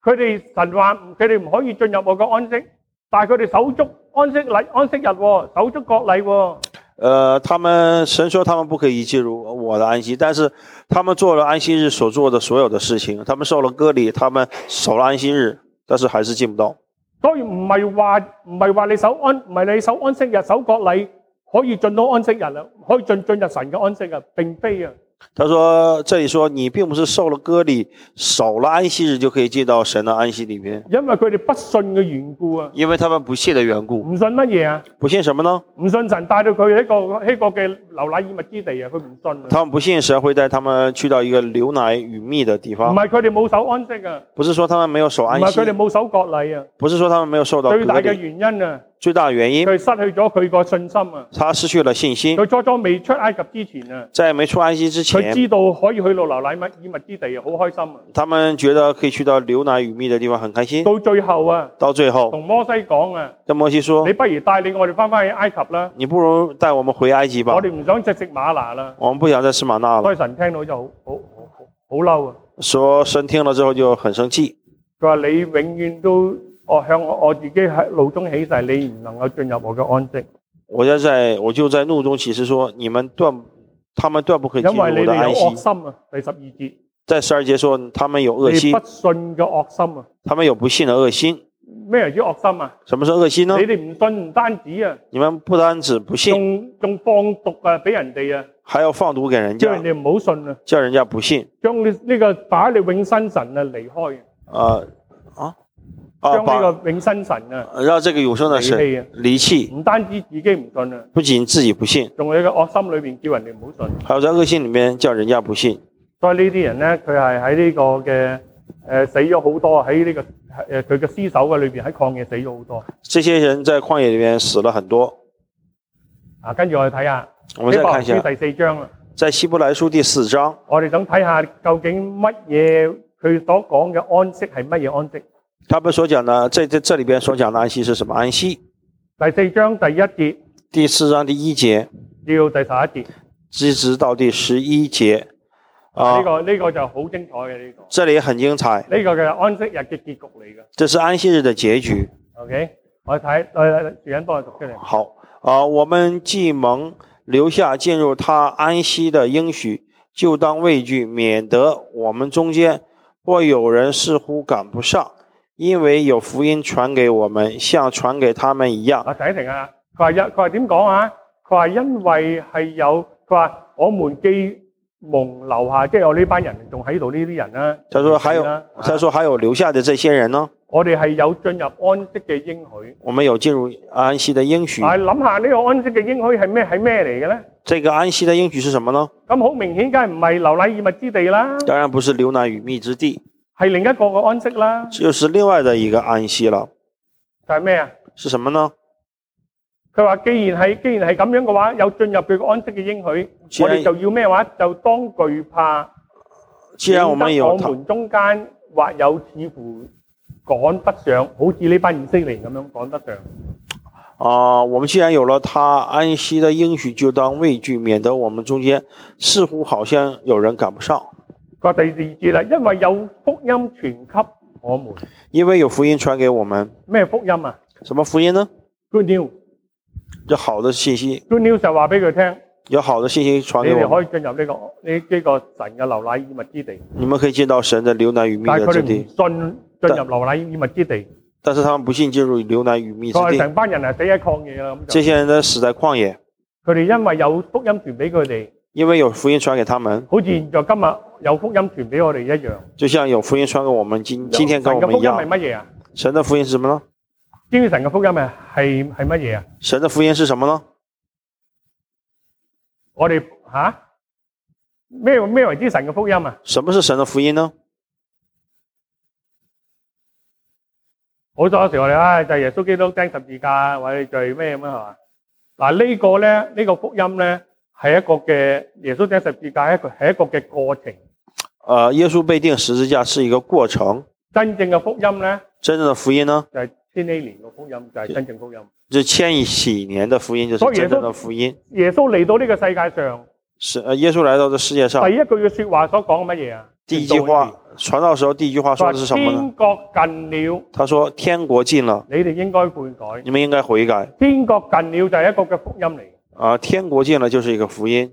[SPEAKER 1] 佢哋神話佢哋唔可以進入我嘅安息，但係佢哋守足安息禮安息日喎，守足國禮喎。
[SPEAKER 2] 呃，他们神说他们不可以进入我的安息，但是他们做了安息日所做的所有的事情，他们受了割礼，他们守了安息日，但是还是进不到。
[SPEAKER 1] 所以唔係話唔係話你守安唔係你守安息日守國禮可以進到安息日啦，可以進進入神嘅安息日，並非啊。
[SPEAKER 2] 他说：“这里说你并不是受了割礼，守了安息日就可以进到神的安息里面，
[SPEAKER 1] 因為佢哋不信嘅緣故啊，
[SPEAKER 2] 因为他们不信的缘故。
[SPEAKER 1] 唔信乜嘢啊？
[SPEAKER 2] 不信什么呢？
[SPEAKER 1] 唔信神帶到佢呢個希國嘅流奶與蜜之地啊，佢唔信啊。
[SPEAKER 2] 他们不信神会带他们去到一个流奶与蜜的地
[SPEAKER 1] 唔
[SPEAKER 2] 方。
[SPEAKER 1] 係佢哋冇守安息啊，
[SPEAKER 2] 不是说他们没有守
[SPEAKER 1] 唔
[SPEAKER 2] 安
[SPEAKER 1] 係
[SPEAKER 2] 息
[SPEAKER 1] 佢，哋冇守國禮啊。
[SPEAKER 2] 不是说他们没有受到
[SPEAKER 1] 最大
[SPEAKER 2] 割
[SPEAKER 1] 嘅
[SPEAKER 2] 礼，
[SPEAKER 1] 原因啊，
[SPEAKER 2] 最大的原因
[SPEAKER 1] 佢失去咗佢個信心啊。
[SPEAKER 2] 他失去了信心，
[SPEAKER 1] 佢初初未出埃及之前啊，
[SPEAKER 2] 在没出安息之
[SPEAKER 1] 佢
[SPEAKER 2] 前，
[SPEAKER 1] 知道可以去到流奶物以物之地，好開心啊！
[SPEAKER 2] 他们觉得可以去到流奶与蜜的地方，很开心。
[SPEAKER 1] 到最後啊，
[SPEAKER 2] 到最后，
[SPEAKER 1] 同摩西講啊，
[SPEAKER 2] 跟摩西说
[SPEAKER 1] 你不如帶你我哋翻返去埃及啦，：“
[SPEAKER 2] 你不如带我们回埃及吧
[SPEAKER 1] 我，哋唔想再食馬拿啦。
[SPEAKER 2] 我们不想再吃玛纳
[SPEAKER 1] 所
[SPEAKER 2] 了。
[SPEAKER 1] 以神聽到就好好好好好嬲啊！”
[SPEAKER 2] 说神听了之后就很生气，
[SPEAKER 1] 佢話你永遠都我向我我自己喺路中起誓，你唔能夠進入我嘅安息，
[SPEAKER 2] 我就在我就在怒中起誓说：“你们断，他们断不可以进
[SPEAKER 1] 因
[SPEAKER 2] 入
[SPEAKER 1] 為
[SPEAKER 2] 我
[SPEAKER 1] 你
[SPEAKER 2] 的
[SPEAKER 1] 哋
[SPEAKER 2] 安
[SPEAKER 1] 有惡
[SPEAKER 2] 息。
[SPEAKER 1] 心啊！第十二節，”
[SPEAKER 2] 在十二节说他们有恶
[SPEAKER 1] 你
[SPEAKER 2] 心，
[SPEAKER 1] 不信嘅惡心啊！
[SPEAKER 2] 他们有不信的恶心。
[SPEAKER 1] 咩為之惡心啊？
[SPEAKER 2] 什么是恶心
[SPEAKER 1] 你
[SPEAKER 2] 呢？
[SPEAKER 1] 哋唔信唔單止啊，
[SPEAKER 2] 你们不单只不信，
[SPEAKER 1] 仲仲放毒啊俾人哋啊！
[SPEAKER 2] 还要放毒给人
[SPEAKER 1] 叫人
[SPEAKER 2] 家，
[SPEAKER 1] 哋唔好信啊，
[SPEAKER 2] 叫人家不信。
[SPEAKER 1] 將呢呢個把你永生神啊離開，
[SPEAKER 2] 啊啊啊！
[SPEAKER 1] 將
[SPEAKER 2] 把
[SPEAKER 1] 呢個永生神啊
[SPEAKER 2] 让这个永生的
[SPEAKER 1] 離
[SPEAKER 2] 神
[SPEAKER 1] 棄啊！
[SPEAKER 2] 离弃，
[SPEAKER 1] 唔單止自己唔信啊，
[SPEAKER 2] 不仅自己不信，
[SPEAKER 1] 仲喺個惡心裏邊叫人哋唔好信。
[SPEAKER 2] 还有在恶性里面叫人家不信。
[SPEAKER 1] 所以呢啲人咧，佢係喺呢個嘅誒、呃死咗好多，喺呢、個誒佢嘅屍首嘅裏邊喺曠野死咗好多。
[SPEAKER 2] 这些人在旷野里面死了很多。
[SPEAKER 1] 啊，跟住我哋睇下
[SPEAKER 2] 我们再看一
[SPEAKER 1] 希伯來
[SPEAKER 2] 下，
[SPEAKER 1] 書第四章啦，
[SPEAKER 2] 在希伯来书第四章，
[SPEAKER 1] 我哋想睇下究竟乜嘢佢所講嘅安息係乜嘢安息？
[SPEAKER 2] 他们所讲的在这这里边所讲的安息是什么安息？
[SPEAKER 1] 第四章第一節
[SPEAKER 2] 第四章第一节
[SPEAKER 1] 至到第十一節，
[SPEAKER 2] 一直到第十一节，啊
[SPEAKER 1] 呢、個呢、個就好精彩嘅呢、
[SPEAKER 2] 这里很精彩，
[SPEAKER 1] 個，呢、個嘅安息日嘅結局嚟嘅。
[SPEAKER 2] 这是安息日的结局。
[SPEAKER 1] OK，我睇我主人幫我讀出嚟。
[SPEAKER 2] 好啊，我们既蒙留下进入他安息的应许，就当畏惧，免得我们中间或有人似乎赶不上，因为有福音传给我们，像传给他们一样。
[SPEAKER 1] 啊，停一停啊！佢話因佢話點講啊？佢話因為係有佢話我們既蒙留下，即係我呢班人仲喺度呢啲人啦。
[SPEAKER 2] 他說還有
[SPEAKER 1] 啦啊
[SPEAKER 2] 他说还有留下的这些人呢，
[SPEAKER 1] 我哋係有進入安息嘅應許。
[SPEAKER 2] 我们有进入安息的应许。
[SPEAKER 1] 但係諗下呢個安息嘅應許係咩係咩嚟嘅咧？
[SPEAKER 2] 这个安息的应许是什么呢？
[SPEAKER 1] 咁好明顯，梗係唔係流奶與蜜之地啦，
[SPEAKER 2] 当然不是流奶与蜜之地，
[SPEAKER 1] 係另一個嘅安息啦。
[SPEAKER 2] 就是另外的一个安息了。
[SPEAKER 1] 就係咩啊？
[SPEAKER 2] 是什么呢？
[SPEAKER 1] 佢話：既然係既然係咁樣嘅話，有進入佢個安息嘅應許，
[SPEAKER 2] 既
[SPEAKER 1] 我
[SPEAKER 2] 然
[SPEAKER 1] 哋就要咩話？就當懼怕，
[SPEAKER 2] 既然我们
[SPEAKER 1] 免得
[SPEAKER 2] 有
[SPEAKER 1] 我
[SPEAKER 2] 他，
[SPEAKER 1] 們中間或有似乎趕不上，好似呢班以色列人咁樣趕得上。
[SPEAKER 2] 啊、我们既然有了他安息的应许，就当畏惧，免得我们中间似乎好像有人赶不上，
[SPEAKER 1] 佢話第二節啦，因為有福音傳給我們，
[SPEAKER 2] 因为有福音传给我们。
[SPEAKER 1] 咩福音啊
[SPEAKER 2] 什么福音呢？
[SPEAKER 1] ？Good news，Good
[SPEAKER 2] 有好的信息，
[SPEAKER 1] news 就話俾佢聽，
[SPEAKER 2] 有好的信息传
[SPEAKER 1] 你
[SPEAKER 2] 给
[SPEAKER 1] 哋
[SPEAKER 2] 我们，
[SPEAKER 1] 可以進入呢、個呢呢、個神嘅流奶與蜜之地。
[SPEAKER 2] 你们可以进到神的流奶与蜜
[SPEAKER 1] 但係
[SPEAKER 2] 的
[SPEAKER 1] 佢
[SPEAKER 2] 之
[SPEAKER 1] 哋唔
[SPEAKER 2] 地。
[SPEAKER 1] 信進入流奶與蜜之地，
[SPEAKER 2] 但是他们不信进入流奶与蜜之
[SPEAKER 1] 佢係
[SPEAKER 2] 地，
[SPEAKER 1] 成班人係死喺曠野啦咁就
[SPEAKER 2] 这。些人呢死在旷野，
[SPEAKER 1] 佢哋因為有福音傳俾佢哋。
[SPEAKER 2] 因为有福音传给他们，
[SPEAKER 1] 好似現在今日有福音傳俾我哋一樣。
[SPEAKER 2] 就像有福音传给我们今今天跟我
[SPEAKER 1] 神嘅
[SPEAKER 2] 们
[SPEAKER 1] 福
[SPEAKER 2] 一
[SPEAKER 1] 音係
[SPEAKER 2] 样。
[SPEAKER 1] 乜嘢啊？
[SPEAKER 2] 神的福音是什么呢？
[SPEAKER 1] 知唔知神嘅福音係係係乜嘢啊？
[SPEAKER 2] 神的福音是什么呢？
[SPEAKER 1] 我哋吓咩咩為之神嘅福音啊？
[SPEAKER 2] 什么是神的福音呢？
[SPEAKER 1] 好多時我哋唉、就係耶穌基督釘十字架，或者就係咩咁樣係嘛？嗱、呢個咧呢、呢個福音咧係一個嘅耶穌釘十字架係一個係一個嘅過程。
[SPEAKER 2] 呃，耶稣被钉十字架是一个过程，
[SPEAKER 1] 真正嘅福音咧
[SPEAKER 2] 真正的福音呢，
[SPEAKER 1] 就係、千禧年嘅福音，就係、真正福音。
[SPEAKER 2] 就是千禧年的福音，就是
[SPEAKER 1] 所以耶稣
[SPEAKER 2] 真正的福音。
[SPEAKER 1] 耶穌嚟到呢個世界上，
[SPEAKER 2] 是呃，耶稣来到这世界上，
[SPEAKER 1] 第一句嘅説話所講乜嘢啊？
[SPEAKER 2] 第一句
[SPEAKER 1] 傳
[SPEAKER 2] 话
[SPEAKER 1] 道，
[SPEAKER 2] 传道时候第一句话说的是什么呢？
[SPEAKER 1] 天國近了。
[SPEAKER 2] 他说：“天国近了，
[SPEAKER 1] 你哋應該悔改。
[SPEAKER 2] 你们应该悔改
[SPEAKER 1] 天國近了就係一個嘅福音嚟，
[SPEAKER 2] 啊、天国近了就是一个福音，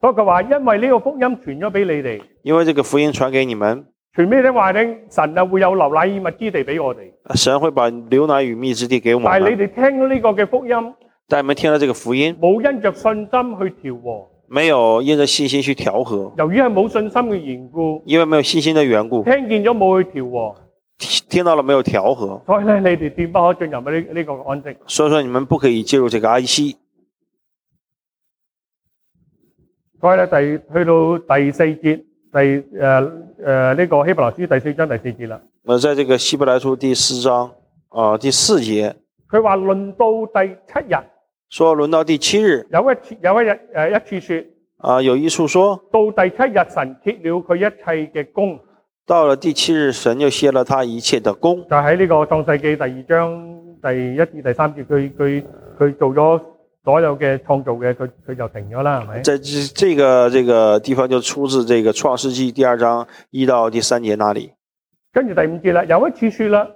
[SPEAKER 1] 所以佢話因為呢個福音傳咗俾你哋，
[SPEAKER 2] 因為这个福音传给你们，
[SPEAKER 1] 傳俾你話咧，神啊會有流奶與蜜之地俾我哋。
[SPEAKER 2] 神会把牛奶与蜜之地给我
[SPEAKER 1] 但係你
[SPEAKER 2] 们。
[SPEAKER 1] 哋聽到呢個嘅福音，
[SPEAKER 2] 但你们听了这个福音，
[SPEAKER 1] 冇因着信心去調和，
[SPEAKER 2] 没有因着信心去调和，
[SPEAKER 1] 由於係冇信心嘅緣故，
[SPEAKER 2] 因为没有信心的缘故，
[SPEAKER 1] 聽見咗冇去調和，
[SPEAKER 2] 听听到了没有调和，
[SPEAKER 1] 所以咧你哋斷不可進入呢呢個安息。
[SPEAKER 2] 所以说你们不可以进入这个安息。
[SPEAKER 1] 所以咧第去到第四節，第誒誒呢個希伯來書第四章第四節啦，
[SPEAKER 2] 呃，在这个希伯来书第四章啊、呃第四节
[SPEAKER 1] 佢話論到第七日，
[SPEAKER 2] 说，轮到第七日
[SPEAKER 1] 有一次有一日誒、呃一次説。
[SPEAKER 2] 啊、有一处说
[SPEAKER 1] 到第七日，神歇了佢一切嘅功，
[SPEAKER 2] 到了第七日，神就歇了他一切的功。
[SPEAKER 1] 就喺呢個創世記第二章第一至第三節，佢佢佢做咗所有嘅創造嘅，佢佢就停咗啦，係咪？
[SPEAKER 2] 在这这个这个地方就出自这个创世纪第二章一到第三节那里。
[SPEAKER 1] 跟住第五節啦，有一次説啦，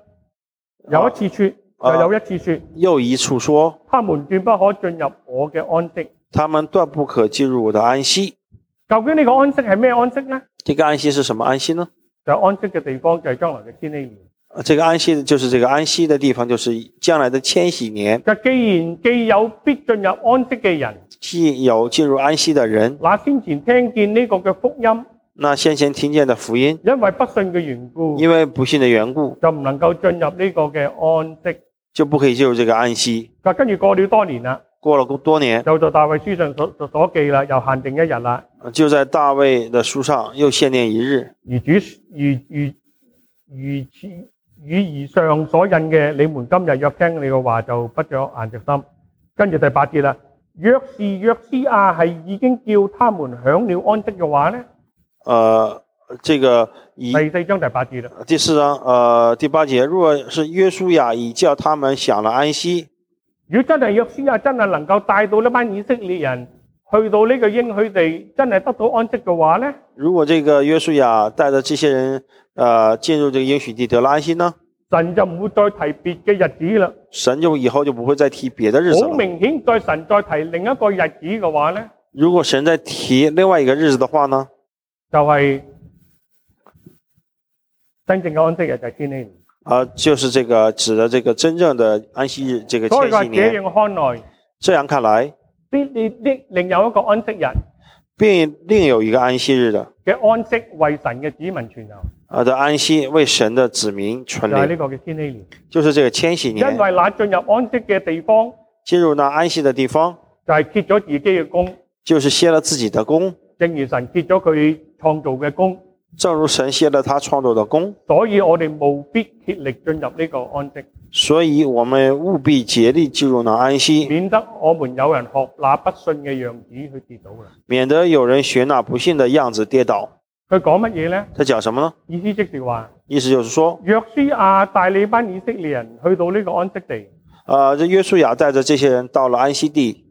[SPEAKER 1] 有一次説，
[SPEAKER 2] 啊
[SPEAKER 1] 就有一次説，
[SPEAKER 2] 又一处说，
[SPEAKER 1] 他們斷不可進入我嘅安息。
[SPEAKER 2] 他们断不可进入我的安息。
[SPEAKER 1] 究竟呢個安息係咩安息呢？
[SPEAKER 2] 这个安息是什么安息呢？
[SPEAKER 1] 就係安息嘅地方就係將來嘅千禧年。
[SPEAKER 2] 呃这个安息就是这个安息的地方，就是将来的千禧年，
[SPEAKER 1] 就既然既有必進入安息嘅人，
[SPEAKER 2] 既有进入安息的人，
[SPEAKER 1] 那先前聽見呢個嘅福音，
[SPEAKER 2] 那先前听见的福音，
[SPEAKER 1] 因為不信嘅緣故。
[SPEAKER 2] 因为不信的缘故，
[SPEAKER 1] 就唔能夠進入呢個嘅安息。
[SPEAKER 2] 就不可以进入这个安息。
[SPEAKER 1] 嗱，跟住過了多年啦，
[SPEAKER 2] 过了多年，
[SPEAKER 1] 就到大衛書上所所所記啦，又限定一日啦。
[SPEAKER 2] 呃就在大卫的书上又限定一日，
[SPEAKER 1] 如主如如如此與以上所印嘅，你們今日若聽你嘅話，就不着硬着心。跟住第八節啦，若是約斯亞係已經叫他們享了安息嘅話呢，
[SPEAKER 2] 呃，这个以
[SPEAKER 1] 第四章第八節啦，
[SPEAKER 2] 第四章呃第八节，若是约书亚已叫他们享了安息，
[SPEAKER 1] 如果真係約斯亞真係能夠帶到呢班以色列人去到呢個應許地，真係得到安息嘅話呢，
[SPEAKER 2] 如果这个约书亚带着这些人，呃，进入这个应许地得了安息呢，
[SPEAKER 1] 神就唔會再提別嘅日子啦。
[SPEAKER 2] 神就以后就不会再提别的日子
[SPEAKER 1] 好
[SPEAKER 2] 了。
[SPEAKER 1] 明顯，再神再提另一個日子嘅話呢，
[SPEAKER 2] 如果神再提另外一个日子的话呢，
[SPEAKER 1] 就係、真正嘅安息日就係千禧年。
[SPEAKER 2] 啊、就是这个指的这个真正的安息日，这个
[SPEAKER 1] 所以
[SPEAKER 2] 前
[SPEAKER 1] 話
[SPEAKER 2] 几
[SPEAKER 1] 這
[SPEAKER 2] 年。
[SPEAKER 1] 樣看來，
[SPEAKER 2] 这样看来，
[SPEAKER 1] 必列的另有一個安息日
[SPEAKER 2] 并另有一个安息日的，
[SPEAKER 1] 嘅安息為神嘅子民存留，
[SPEAKER 2] 啊的安息为神的子民存
[SPEAKER 1] 就係、呢
[SPEAKER 2] 留，
[SPEAKER 1] 個嘅千禧年。
[SPEAKER 2] 就是这个千禧
[SPEAKER 1] 因
[SPEAKER 2] 年
[SPEAKER 1] 為那進入安息嘅地方
[SPEAKER 2] 进入那安息的地方，
[SPEAKER 1] 就係、揭咗自己嘅功，
[SPEAKER 2] 就是歇了自己的功，
[SPEAKER 1] 正如神揭咗佢創造嘅功。
[SPEAKER 2] 正如神歇了他创造的功，
[SPEAKER 1] 所以我哋務必竭力進入呢個安息，
[SPEAKER 2] 所以我们务必竭力进入那安息，
[SPEAKER 1] 免得我們有人學那不信嘅樣子去跌倒啦。
[SPEAKER 2] 免得有人学那不信的样子跌倒。
[SPEAKER 1] 佢講乜嘢呢？
[SPEAKER 2] 他讲什么呢？
[SPEAKER 1] 意思即是話，
[SPEAKER 2] 意思就是说，
[SPEAKER 1] 約書亞帶你班以色列人去到呢個安息地，
[SPEAKER 2] 呃，这约书亚带着这些人到了安息地，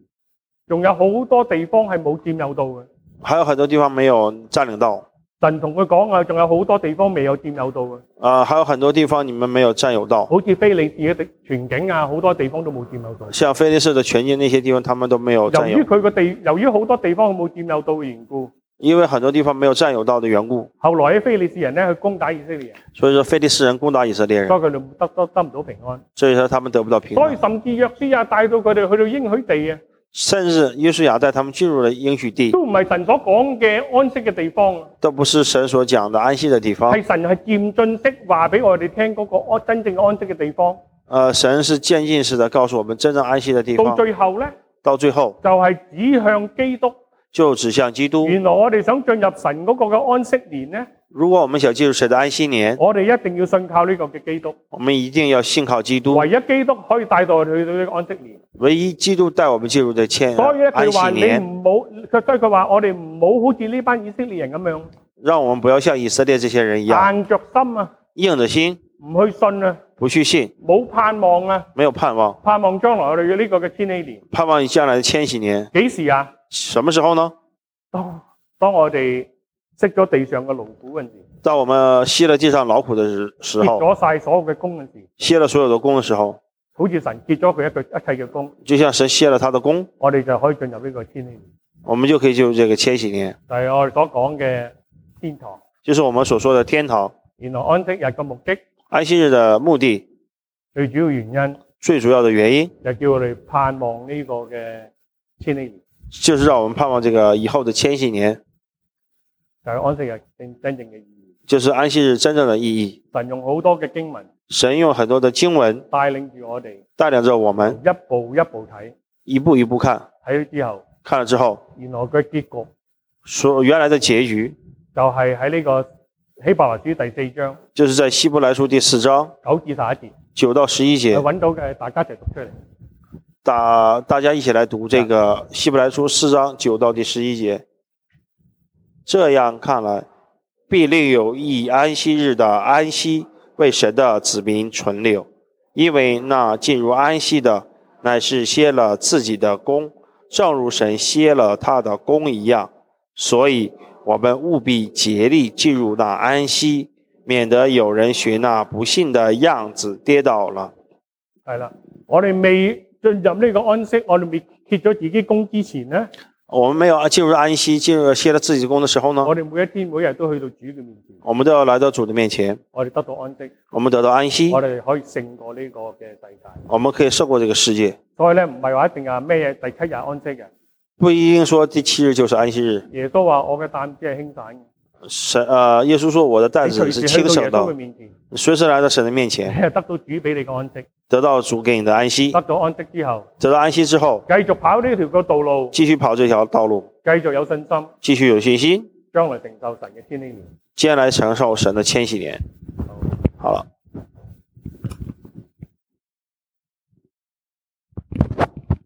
[SPEAKER 1] 仲有好多地方係冇佔有到嘅。
[SPEAKER 2] 还有很多地方没有占领到，
[SPEAKER 1] 神同佢講啊，仲有好多地方未有佔有到嘅，
[SPEAKER 2] 呃，还有很多地方你们没有占有到，
[SPEAKER 1] 好似非利士嘅地全境啊，好多地方都冇佔有到。
[SPEAKER 2] 像菲利士的全境那些地方他们都没有占
[SPEAKER 1] 由
[SPEAKER 2] 有
[SPEAKER 1] 於。佢個地，由於好多地方佢冇佔有到嘅緣故，
[SPEAKER 2] 因为很多地方没有占有到的缘故，
[SPEAKER 1] 後來啲非利士人咧去攻打以色列人，
[SPEAKER 2] 所以说非利士人攻打以色列人，
[SPEAKER 1] 所以佢哋得得得唔到平安。
[SPEAKER 2] 所以说他们得不到平
[SPEAKER 1] 所以
[SPEAKER 2] 安。
[SPEAKER 1] 甚至約書亞帶到佢哋去到應許地啊，
[SPEAKER 2] 甚至约书亚带他们进入了应许地，
[SPEAKER 1] 都唔係神所講嘅安息嘅地方啊，
[SPEAKER 2] 都不是神所讲的安息的地方。
[SPEAKER 1] 係神係漸進式話俾我哋聽嗰個安真正嘅安息嘅地方。
[SPEAKER 2] 呃，神是渐进式的告诉我们真正安息的地
[SPEAKER 1] 到
[SPEAKER 2] 方，
[SPEAKER 1] 最後呢，
[SPEAKER 2] 到最后
[SPEAKER 1] 就係、指向基督。
[SPEAKER 2] 就指向基督。
[SPEAKER 1] 原來我哋想進入神嗰個嘅安息年呢，
[SPEAKER 2] 如果我们想进入神的安息年，
[SPEAKER 1] 我哋一定要信靠呢個嘅基督。
[SPEAKER 2] 我们一定要信靠基督，
[SPEAKER 1] 唯一基督可以帶到我哋去到呢個安息年。
[SPEAKER 2] 唯一基督带我们进入的千
[SPEAKER 1] 所以咧，
[SPEAKER 2] 安
[SPEAKER 1] 佢話
[SPEAKER 2] 息
[SPEAKER 1] 你
[SPEAKER 2] 年，
[SPEAKER 1] 唔好，佢所以佢話我哋唔好好似呢班以色列人咁樣
[SPEAKER 2] 让我们不要像以色列这些人一样
[SPEAKER 1] 硬着心啊，
[SPEAKER 2] 硬着心
[SPEAKER 1] 唔去信啊，
[SPEAKER 2] 不去信，
[SPEAKER 1] 冇盼望啊。
[SPEAKER 2] 没有盼望，
[SPEAKER 1] 盼望將來我哋嘅呢個嘅千禧年
[SPEAKER 2] 盼望将来的千禧年
[SPEAKER 1] 幾時啊？
[SPEAKER 2] 什么时候呢？
[SPEAKER 1] 當當我哋熄咗地上嘅勞苦嗰陣時，
[SPEAKER 2] 当我们歇了地上劳苦的时时
[SPEAKER 1] 結
[SPEAKER 2] 候，
[SPEAKER 1] 咗晒所有嘅功嗰陣時，
[SPEAKER 2] 歇了所有的功的时候，
[SPEAKER 1] 好似神結咗佢一句一切嘅功，
[SPEAKER 2] 就像神歇了他的功，
[SPEAKER 1] 我哋就可以進入呢個千禧年，
[SPEAKER 2] 我们就可以进入这个千禧年，
[SPEAKER 1] 就係、我哋所講嘅天堂。
[SPEAKER 2] 就是我们所说的天堂。
[SPEAKER 1] 原來安息日嘅目的
[SPEAKER 2] 安息日的目的，
[SPEAKER 1] 最主要原因
[SPEAKER 2] 最主要的原因
[SPEAKER 1] 就叫我哋盼望呢個嘅千禧年，
[SPEAKER 2] 就是让我们盼望这个以后的千禧年，
[SPEAKER 1] 就係、安息日正真正嘅意
[SPEAKER 2] 就是安息日真正的意义。
[SPEAKER 1] 義。神用好多嘅經文
[SPEAKER 2] 神用很多的经文
[SPEAKER 1] 帶領住我哋
[SPEAKER 2] 带领着我们
[SPEAKER 1] 一步一步睇，
[SPEAKER 2] 一步一步看，
[SPEAKER 1] 睇咗之後，
[SPEAKER 2] 看了之后，
[SPEAKER 1] 原來佢結局。
[SPEAKER 2] 所原来的结局
[SPEAKER 1] 就係喺呢個希伯來書第四章
[SPEAKER 2] 就是在希伯来书第四章
[SPEAKER 1] 九至十一節，
[SPEAKER 2] 九到十一
[SPEAKER 1] 你
[SPEAKER 2] 节，
[SPEAKER 1] 揾到嘅大家一齊讀出嚟。
[SPEAKER 2] 大大家一起来读这个希伯来书四章九到第十一节。这样看来，必另有一安息日的安息为神的子民存留，因为那进入安息的乃是歇了自己的功，正如神歇了他的功一样。所以，我们务必竭力进入那安息，免得有人学那不幸的样子跌倒了。
[SPEAKER 1] 係啦，我哋未進入呢個安息，我哋未揭咗自己功之前呢，
[SPEAKER 2] 哦我们没有啊进入安息，进入了歇了自己的功的时候呢，
[SPEAKER 1] 我哋每一天每日都去到主嘅面前，
[SPEAKER 2] 我们都要来到主的面前，
[SPEAKER 1] 我哋得到安息，
[SPEAKER 2] 我们得到安息
[SPEAKER 1] 我，哋可以勝過呢個嘅世界。
[SPEAKER 2] 我们可以胜过这个世界。
[SPEAKER 1] 所以咧，唔係話一定係咩嘢第七日安息嘅。
[SPEAKER 2] 不一定说第七日就是安息日。
[SPEAKER 1] 耶穌話：我嘅擔子係輕省嘅，
[SPEAKER 2] 神呃，耶穌说：“我的担
[SPEAKER 1] 你隨
[SPEAKER 2] 子
[SPEAKER 1] 時去
[SPEAKER 2] 是轻
[SPEAKER 1] 到耶穌
[SPEAKER 2] 省
[SPEAKER 1] 嘅
[SPEAKER 2] 的，
[SPEAKER 1] 面前，
[SPEAKER 2] 你随时来到神的面
[SPEAKER 1] 你
[SPEAKER 2] 前，
[SPEAKER 1] 係得到主俾你嘅安息。
[SPEAKER 2] 得到主给你的安息。
[SPEAKER 1] 得到安息之後，
[SPEAKER 2] 得到安息之后，
[SPEAKER 1] 繼續跑呢條嘅道路，
[SPEAKER 2] 继续跑这条道路，
[SPEAKER 1] 繼續有信心，
[SPEAKER 2] 继续有信心，
[SPEAKER 1] 將來承受神嘅千禧年。
[SPEAKER 2] 接下来承受神的千禧年。”好了。